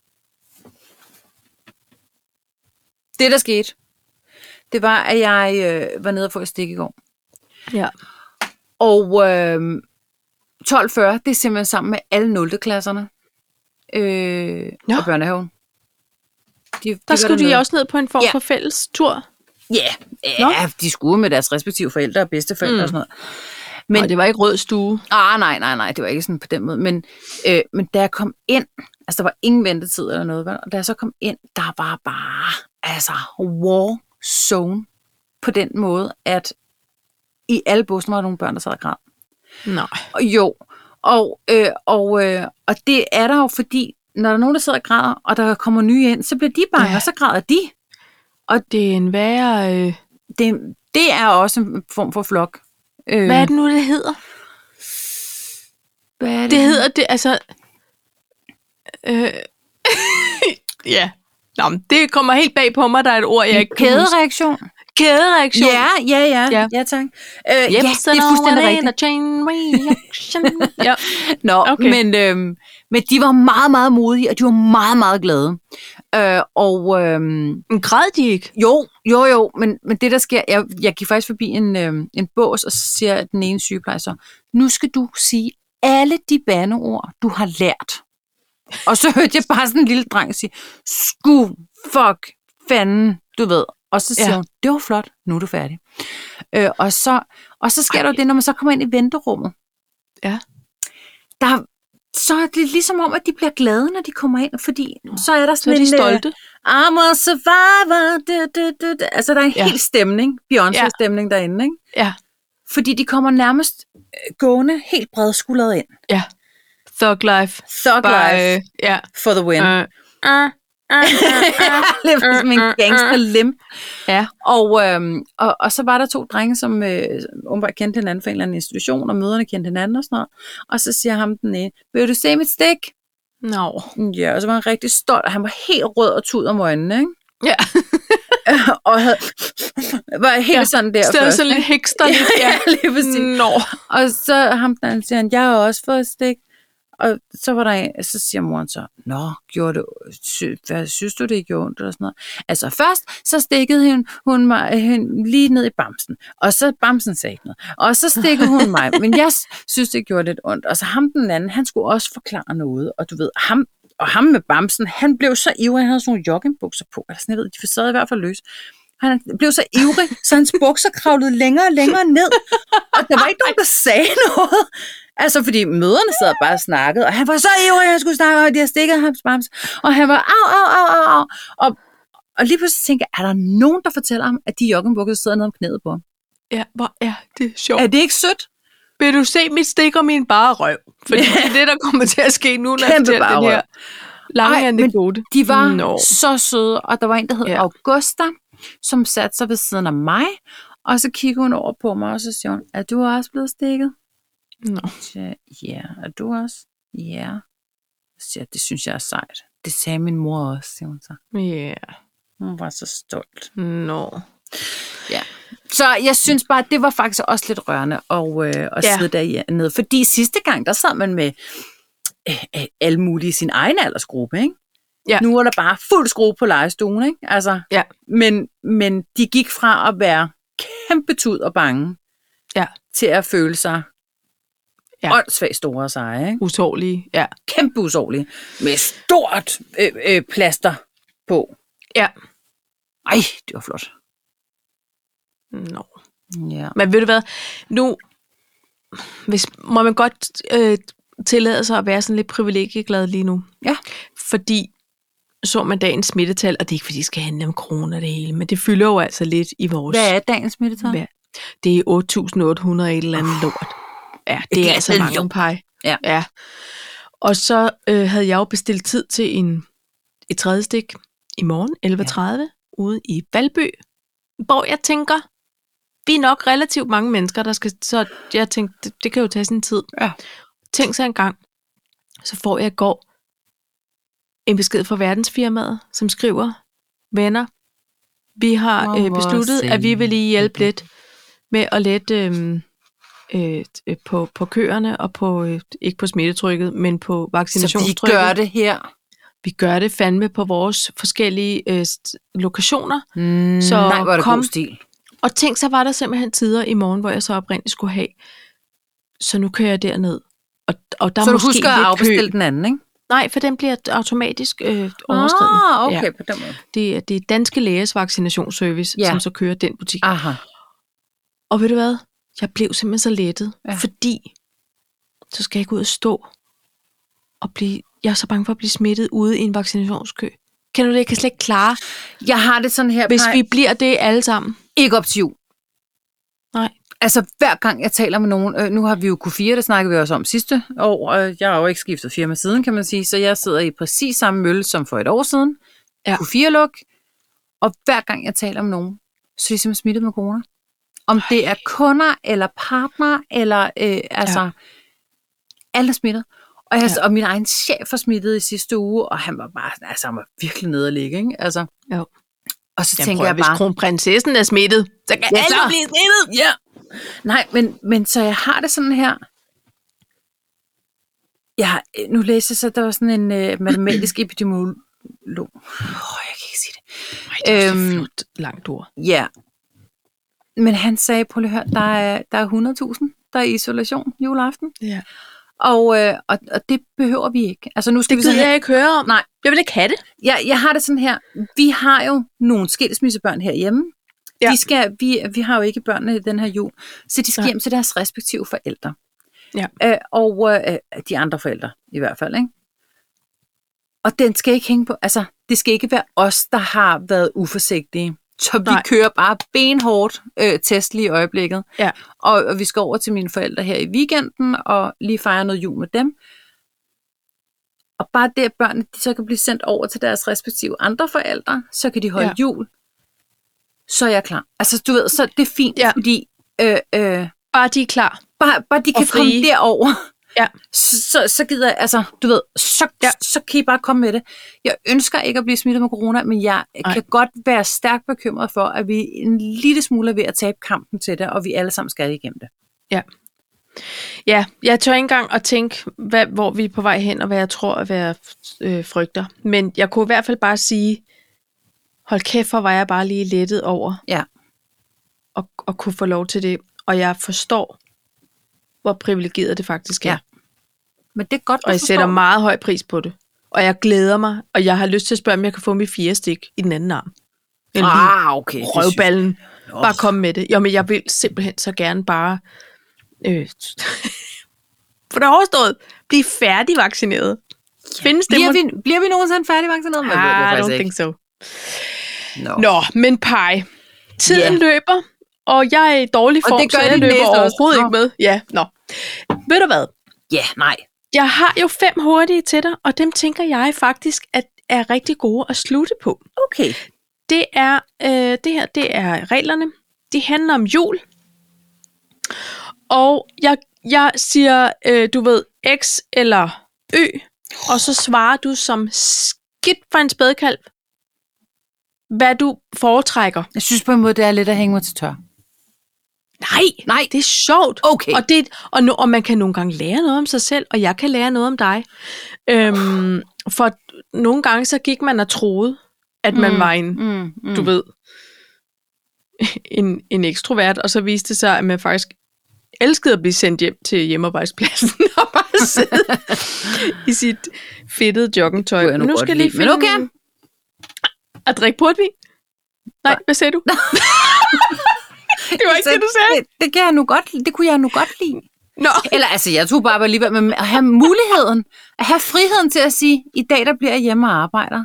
S1: det, der skete, det var, at jeg øh, var nede og få et stik i går.
S2: Ja.
S1: Og øh, 12.40, det er simpelthen sammen med alle 0. klasserne øh,
S2: Nå.
S1: og børnehaven. De, de
S2: Der
S1: var
S2: skulle de
S1: dernede.
S2: også ned på en form
S1: Ja.
S2: for fælles tur.
S1: Ja,
S2: Nå.
S1: ja de skulle med deres respektive forældre og bedsteforældre mm.
S2: Mm.
S1: og sådan noget. Men-
S2: Men og det var ikke rød stue.
S1: Ah, nej, nej, nej, det var ikke sådan på den måde. Men, øh, men da jeg kom ind, altså der var ingen ventetid eller noget, vel? og da jeg så kom ind, der var bare, altså, war zone på den måde, at i alle bussen var der nogle børn, der sad og græd.
S2: Nej.
S1: Og Jo, og, øh, og, øh, og det er der jo, fordi når der er nogen, der sidder og græder, og der kommer nye ind, så bliver de bange, ja.
S2: Ja.
S1: og så græder de.
S2: Det er en værre... Øh,
S1: Det, det er også en form for flok. Øh,
S2: hvad er det nu, det hedder?
S1: Hvad er det?
S2: Det hedder det, altså... Øh, ja. Nå, men det kommer helt bag på mig, der er et ord, jeg ikke kan huske.
S1: Kædereaktion.
S2: kædereaktion.
S1: Ja, ja, ja.
S2: Ja.
S1: Ja, ja tak. Øh, yep, ja,
S2: Yep,
S1: det er fuldstændig rigtigt.
S2: Chain reaction. ja.
S1: Nå,
S2: Okay.
S1: okay. men, øhm, men de var meget, meget modige, og de var meget, meget glade. Øh, og øhm,
S2: Men græd de ikke?
S1: jo, jo, jo, men, men det der sker, jeg, jeg gik faktisk forbi en, øhm, en bås, og så siger den ene sygeplejer så, nu skal du sige alle de bandeord, du har lært. Og så hørte jeg bare sådan en lille dreng sige, sku, fuck, fanden, du ved. Og så siger
S2: Ja.
S1: ja. hun, det var flot, nu er du færdig. Øh, og, så, og så sker Ej. der jo det, når man så kommer ind i venterummet.
S2: Ja.
S1: Der, så er det ligesom om, at de bliver glade, når de kommer ind, fordi så er der
S2: Så
S1: sådan
S2: er de
S1: en... øh,
S2: stolte.
S1: I'm a survivor. Du, du, du, du. Altså, der er en
S2: Ja.
S1: ja. hel stemning, Beyoncé-stemning ja. derinde, ikke?
S2: Ja.
S1: Fordi de kommer nærmest øh, gående helt bredskuldret ind. øh,
S2: Ja. Thug life.
S1: Thug
S2: By,
S1: life
S2: ja.
S1: for the win.
S2: Øh, øh, øh, øh, øh.
S1: Lidt som en
S2: øh, øh.
S1: gangster limp.
S2: Ja.
S1: Og, øhm, og, og så var der to drenge, som øh, umiddelbart kendte hinanden fra en eller anden institution, og møderne kendte hinanden og sådan noget. Og så siger ham den ene, vil du se mit stik?
S2: Nå.
S1: Ja, og så var han rigtig stolt, og han var helt rød og tud om øjnene, ikke? Øh,
S2: Ja,
S1: og havde, var helt
S2: Ja,
S1: ja, sådan der
S2: stadig
S1: først.
S2: sådan lidt hikster.
S1: Ja,
S2: lidt,
S1: ja, lige præcis. Mm.
S2: Nå.
S1: Og så ham den anden siger han, jeg har også fået et stik. Og så var der en, så siger moren så, Nå, gjorde det, sy, hvad synes du, det gjorde ondt? Eller sådan noget. Altså først, så stikkede hun, hun mig hun lige ned i bamsen. Og så bamsen sagde ikke noget. Og så stikkede hun mig. Men jeg s- synes, det gjorde lidt ondt. Og så ham den anden, han skulle også forklare noget. Og du ved, ham, og ham med bamsen, han blev så ivrig, han havde sådan nogle joggingbukser på. Eller sådan, jeg ved, de sad i hvert fald løs. Han blev så ivrig, så hans bukser kravlede længere og længere ned. Og der var ikke nogen, der sagde noget. Altså, fordi møderne sad bare og snakkede, og han var så ivrig, at han skulle snakke, og de har stikket hans bams. Og han var, au, au, au, au, au. Og, og lige pludselig tænker jeg, er der nogen, der fortæller ham, at de joggingbukser sidder nede om knæet på ham?
S2: Ja, hvor er det sjovt.
S1: Er det ikke sødt?
S2: Vil du se mit stik og min bare røv? Fordi det er det, der kommer til at ske nu, når jeg
S1: Kæmpe
S2: fortæller den
S1: bare
S2: her lange
S1: Ej, men
S2: anekdote.
S1: De var
S2: Nå.
S1: no. så søde, og der var en, der hed
S2: Ja.
S1: ja. Augusta, som satte sig ved siden af mig, og så kiggede hun over på mig, og så siger hun, er du også blevet stikket?
S2: Nå.
S1: Så siger jeg, ja, er du også? Ja. Så siger jeg, det synes jeg er sejt. Det sagde min mor også, siger hun så.
S2: Ja,
S1: Hun var så stolt.
S2: nå.
S1: Så jeg synes bare, at det var faktisk også lidt rørende at, øh, at
S2: Ja.
S1: ja. sidde dernede. Fordi sidste gang, der sad man med øh, øh, alle mulige i sin egen aldersgruppe, ikke?
S2: Ja.
S1: Nu er der bare fuld skrue på legestuen, ikke? Altså,
S2: Ja.
S1: men, men de gik fra at være kæmpe tud og bange,
S2: Ja.
S1: til at føle sig
S2: Ja.
S1: ja. åndssvagt store og seje, ikke?
S2: Usårlige, ja.
S1: Kæmpe usårlige, med stort øh, øh, plaster på.
S2: Ja.
S1: Ej, det var flot.
S2: Nå.
S1: Ja.
S2: Men ved du hvad, nu hvis, må man godt øh, tillade sig at være sådan lidt privilegieglad lige nu.
S1: Ja.
S2: Fordi så man dagens smittetal, og det er ikke fordi, det skal handle om corona det hele, men det fylder jo altså lidt i vores...
S1: Hvad er dagens smittetal?
S2: Hvad? Det er 8.800 et eller andet lort. Ja, det er
S1: er
S2: altså
S1: lidt
S2: mange
S1: lort.
S2: pej.
S1: Ja.
S2: ja. Og så øh, havde jeg jo bestilt tid til en, et tredje stik i morgen 11.30 ja. ude i Valby, hvor jeg tænker, vi er nok relativt mange mennesker, der skal, så jeg tænkte, det, det kan jo tage sin tid.
S1: Ja.
S2: Tænk så en gang, så får jeg i går en besked fra verdensfirmaet, som skriver, venner, vi har
S1: Nå,
S2: øh,
S1: hvor
S2: besluttet, at vi vil lige hjælpe lidt med at lette øh, øh, øh, på, på køerne og på, øh, ikke på smittetrykket, men på
S1: Så vi
S2: vaccinationstrykket.
S1: gør det her.
S2: vi gør det fandme på vores forskellige øh, st- lokationer.
S1: Mm,
S2: Så
S1: Nej, hvor er det
S2: kom.
S1: god stil.
S2: Og tænk, så var der simpelthen tider i morgen, hvor jeg så oprindeligt skulle have. Så nu kører jeg derned. Og, og der
S1: så
S2: er
S1: du
S2: måske
S1: husker at
S2: lidt
S1: afbestille
S2: kø.
S1: den anden, ikke?
S2: Nej, for den bliver automatisk øh, overskrevet.
S1: Ah, okay, ja. på den måde.
S2: Det, er, det er Danske Læges Vaccinationsservice, ja.
S1: Ja.
S2: som så kører den butik.
S1: Aha.
S2: Og ved du hvad? Jeg blev simpelthen så lettet, ja.
S1: Ja.
S2: fordi så skal jeg ikke ud og stå og blive... Jeg er så bange for at blive smittet ude i en vaccinationskø. Kan du det? Jeg kan slet ikke klare,
S1: Jeg har det sådan her,
S2: hvis
S1: Paj.
S2: vi bliver det alle sammen.
S1: ikke op til jul.
S2: Nej.
S1: Altså, hver gang jeg taler med nogen, øh, nu har vi jo Q4, det snakkede vi også om sidste år, og jeg har jo ikke skiftet firma siden, kan man sige, så jeg sidder i præcis samme mølle som for et år siden.
S2: Ja.
S1: Q4-luk. Og hver gang jeg taler med nogen, så er de simpelthen smittet med corona. Om det er kunder, eller partner, eller øh, altså,
S2: Ja.
S1: ja. alle er smittet. Og, jeg,
S2: Ja.
S1: ja. og min egen chef var smittet i sidste uge, og han var bare, altså han var virkelig nede at ligge, ikke? Altså,
S2: Jo.
S1: Og så
S2: Jamen,
S1: tænker
S2: prøv, at,
S1: jeg
S2: hvis
S1: bare...
S2: kronprinsessen er smittet, så kan
S1: Ja,
S2: alle
S1: så-
S2: blive smittet.
S1: Ja. Nej, men, men så jeg har det sådan her. Jeg, har- nu læser jeg så, der var sådan en øh, matematisk epidemiolog. Åh, jeg kan ikke sige det.
S2: Ej, det er øhm,
S1: Øhm,
S2: et flot langt ord.
S1: Ja. Men han sagde, prøv lige at høre, der er, der er 100.000, der er i isolation juleaften.
S2: Ja.
S1: Og, øh, og, og det behøver vi ikke. Altså nu skal
S2: Det
S1: vi så
S2: gider
S1: have-
S2: jeg ikke høre om.
S1: Nej.
S2: Jeg vil ikke have det.
S1: jeg, jeg har det sådan her. Vi har jo nogle skilsmissebørn herhjemme.
S2: Ja.
S1: Ja. Vi, skal, vi, vi har jo ikke børnene i den her jul, så de skal
S2: Nej.
S1: hjem til deres respektive forældre.
S2: Ja.
S1: Øh, og øh, de andre forældre, i hvert fald. Ikke? Og den skal ikke hænge på. Altså, det skal ikke være os, der har været uforsigtige. Så vi
S2: Nej.
S1: Nej. kører bare benhårdt øh, test lige i øjeblikket.
S2: Ja.
S1: Og, og vi skal over til mine forældre her i weekenden og lige fejre noget jul med dem. Og bare det, at børnene de så kan blive sendt over til deres respektive andre forældre, så kan de holde
S2: Ja.
S1: ja. jul. Så er jeg klar. Altså, du ved, så det er fint,
S2: Ja.
S1: ja. fordi øh, øh,
S2: Bare de er klar.
S1: bare, bare de
S2: Og
S1: kan komme
S2: frie.
S1: derover.
S2: Ja.
S1: Så, så, så gider jeg, altså, du ved, så,
S2: Ja.
S1: ja. så kan I bare komme med det. Jeg ønsker ikke at blive smittet med corona, men jeg
S2: Nej.
S1: Ej. kan godt være stærkt bekymret for, at vi en lille smule er ved at tabe kampen til det, og vi alle sammen skal igennem det.
S2: Ja, jeg tør ikke engang at tænke, hvad, hvor vi er på vej hen, og hvad jeg tror, og hvad jeg øh, frygter. Men jeg kunne i hvert fald bare sige, hold kæft, hvor var jeg bare lige lettet over
S1: Ja.
S2: at, at kunne få lov til det. Og jeg forstår, hvor privilegeret det faktisk er.
S1: Ja, Men det er godt,
S2: og jeg
S1: du
S2: sætter
S1: forstår.
S2: meget høj pris på det. Og jeg glæder mig, og jeg har lyst til at spørge, om jeg kan få mit fire stik i den anden arm. Eller lige
S1: Ah, okay. det synes-
S2: røvballen.
S1: Nå.
S2: Bare kom med det. Jo, men jeg vil simpelthen så gerne bare... Øh, for der er overstået. Blive færdigvaccineret. Findes det?
S1: Bliver
S2: mon-
S1: vi, bliver vi nogensinde færdigvaccineret? Man ved det
S2: Ah, I
S1: faktisk
S2: don't
S1: ikke.
S2: think so.
S1: No.
S2: Nå, men pej. Tiden
S1: Ja.
S2: yeah. løber, og jeg er i dårlig
S1: Og
S2: form,
S1: det gør
S2: så jeg
S1: din
S2: løber
S1: næse også.
S2: overhovedet
S1: Nå.
S2: ikke med. Ja, nå. Ved du hvad?
S1: Ja, nej.
S2: Jeg har jo fem hurtige til dig, og dem tænker jeg faktisk, at er rigtig gode at slutte på.
S1: Okay.
S2: Det er øh, det her, det er reglerne. Det handler om jul. Og jeg, jeg siger, øh, du ved, X eller Y, og så svarer du som skidt for en spædekalv, hvad du foretrækker.
S1: Jeg synes på en måde, det er lidt at hænge mig til tør.
S2: Nej,
S1: Nej.
S2: det er sjovt.
S1: Okay.
S2: Og, det, og, no, og man kan nogle gange lære noget om sig selv, og jeg kan lære noget om dig. Øhm, for nogle gange så gik man og troede, at man
S1: Mm.
S2: var en
S1: Mm, mm.
S2: du ved, en, en ekstrovert, og så viste det sig, at man faktisk elskede at blive sendt hjem til hjemmearbejdspladsen og bare sidde i sit fedtede
S1: kunne
S2: joggingtøj.
S1: jeg nu godt
S2: jeg
S1: lide, men okay.
S2: en- At drikke portvin? Nej, hvad sagde du? det var ikke det, du sagde.
S1: Det, det, kan jeg nu godt, lide. det kunne jeg nu godt lide.
S2: Nå,
S1: Eller altså, jeg tog bare alligevel med at have muligheden, at have friheden til at sige, i dag der bliver jeg hjemme og arbejder.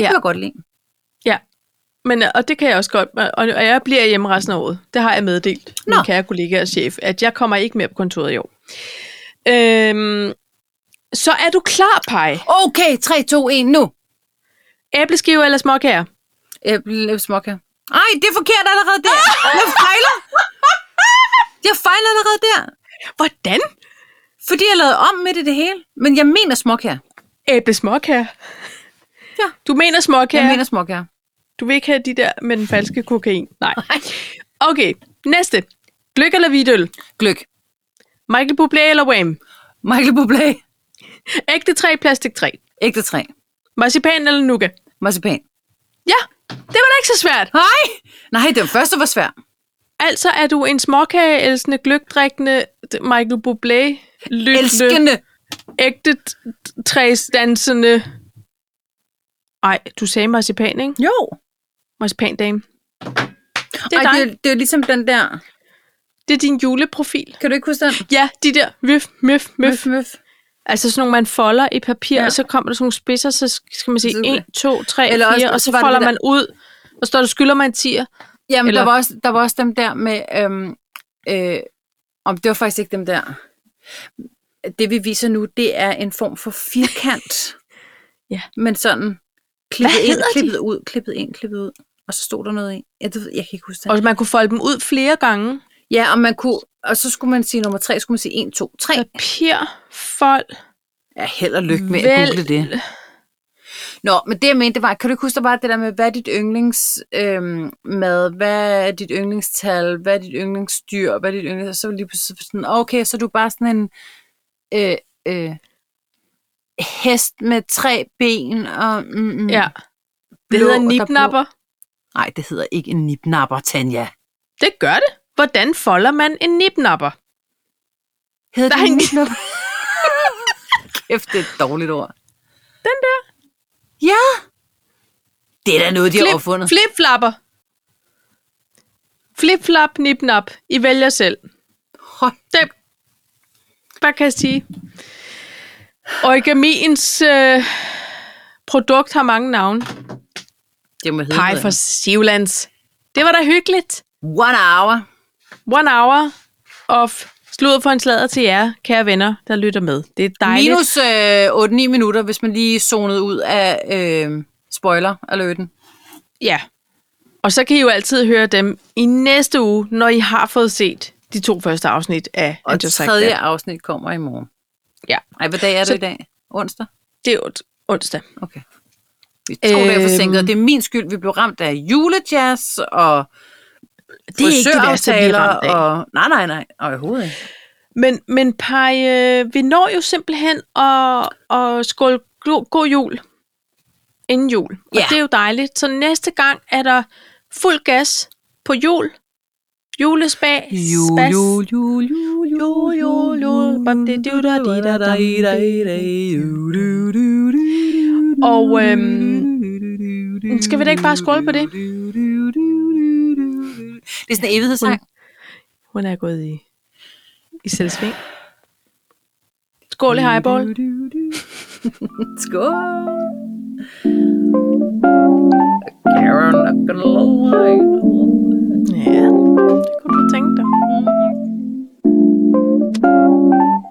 S2: Ja.
S1: ja. kan jeg godt lide.
S2: men, øh, og det kan jeg også godt, og, og jeg bliver hjemme resten af året. Det har jeg meddelt Nå.
S1: Nå.
S2: min kære kollega og chef, at jeg kommer ikke mere på kontoret i år. Øhm, så er du klar, Pej?
S1: Okay, 3, 2, 1, nu. Øh,
S2: Æbleskiver eller småkager?
S1: Æble, smokke. Ej, det er forkert allerede der. Jeg fejler. Jeg fejler allerede der.
S2: Hvordan?
S1: Fordi jeg lavede om midt i det hele. Men jeg mener smok her.
S2: Æble småkager.
S1: Ja.
S2: Du mener småkager.
S1: Jeg mener smok her.
S2: Du vil ikke have de der med den falske kokain. Nej. Okay, næste. Gløk eller hvidøl?
S1: Gløk.
S2: Michael Bublé eller Wham?
S1: Michael Bublé.
S2: Ægte træ, plastik træ.
S1: Ægte træ.
S2: Marcipan eller nuka?
S1: Marcipan.
S2: Ja, det var da ikke så svært.
S1: Nej! Nej, den første var svær.
S2: Altså er du en småkageelskende, gløgdrikkende Michael Bublé, lyttende,
S1: Elskende.
S2: ægte t- træsdansende... Ej, du sagde marcipan, ikke?
S1: Jo.
S2: Marcipandame. Det
S1: Det
S2: er
S1: er, Ej,
S2: dig.
S1: det, er, det er ligesom den der.
S2: Det er din juleprofil.
S1: Kan du ikke huske den?
S2: Ja, de der møf, møf, møf.
S1: møf.
S2: Altså sådan nogle, man folder i papir, ja.
S1: Ja.
S2: og så kommer der sådan nogle spidser, så skal man sige
S1: Så-
S2: 1, 2, 3,
S1: Eller
S2: 4,
S1: også-
S2: og så
S1: så var det
S2: folder
S1: det der-
S2: man ud, og så står der, skylder mig en tier.
S1: Jamen,
S2: Eller-
S1: Eller... der, var også, der var også dem der med... Øhm, øh, om det var faktisk ikke dem der. Det vi viser nu, det er en form for firkant.
S2: Ja.
S1: Men sådan klippet
S2: Hvad
S1: ind,
S2: hedder de?
S1: klippet ud, klippet ind, klippet ud. Og så stod der noget i. Jeg, jeg kan ikke huske det.
S2: Og man kunne folde dem ud flere gange.
S1: Ja, og man kunne, og så skulle man sige nummer tre, skulle man sige 1, 2, 3.
S2: Papir, fold.
S1: Ja, held og lykke med
S2: Vælg.
S1: at google det. Nå, men det jeg mente var, kan du ikke huske der var det der med, hvad er dit yndlings øhm, mad, hvad er dit yndlingstal, hvad er dit yndlingsdyr, hvad er dit yndlings... Og så var det lige pludselig sådan, okay, så er du bare sådan en øh, øh, hest med tre ben og... Mm, mm,
S2: Ja. Det
S1: blå,
S2: hedder
S1: og der er blå-
S2: nipnapper.
S1: Nej, det hedder ikke en nipnapper, Tanja.
S2: Det gør det. Hvordan folder man en nipnapper?
S1: Hedder
S2: Nej.
S1: det en nipnapper? Kæft, det er et dårligt ord.
S2: Den der.
S1: Ja! Det er da noget, de har
S2: Flip,
S1: opfundet.
S2: flip-flapper. Flip-flap, nip-nap. I vælger selv.
S1: Hold
S2: Det bare kan jeg sige. Origamiens øh, produkt har mange navne.
S1: Det må hedde
S2: Pej
S1: noget
S2: for Sivlands. Det var da hyggeligt.
S1: andet. One hour.
S2: One hour of sludder for en slader til jer, kære venner, der lytter med. Det er dejligt.
S1: Minus øh, 8-9 minutter, hvis man lige zonede ud af øh, spoiler-alerten.
S2: Ja. Og så kan I jo altid høre dem i næste uge, når I har fået set de to første afsnit af
S1: Og
S2: And
S1: det
S2: Just Like That.
S1: tredje afsnit kommer i morgen.
S2: Ja.
S1: Ej, hvad dag er det
S2: Så-
S1: i dag? Onsdag?
S2: Det er ond- onsdag.
S1: Okay. Vi er to øhm, dage
S2: Øhm.
S1: forsinket. Det er min skyld. Vi blev ramt af julejazz og
S2: Det er ikke det værste, vi er ramt af.
S1: og... Nej, nej, nej. Overhovedet ikke.
S2: Men, men Paj, øh, vi når jo simpelthen at, at skåle glo- god jul inden jul. Og
S1: Ja.
S2: det er jo dejligt. Så næste gang er der fuld gas på jul. Julespag. spas.
S1: jul, jul,
S2: jul, jul, jul. Og, øhm, skal vi da ikke bare skåle på det?
S1: Det er sådan en evighedssang.
S2: Hun er gået i, i selvsving. Skål i highball.
S1: Skål. Karen, I'm gonna lie.
S2: Mm-hmm. Ja, det kunne du tænke dig.
S1: Mm-hmm.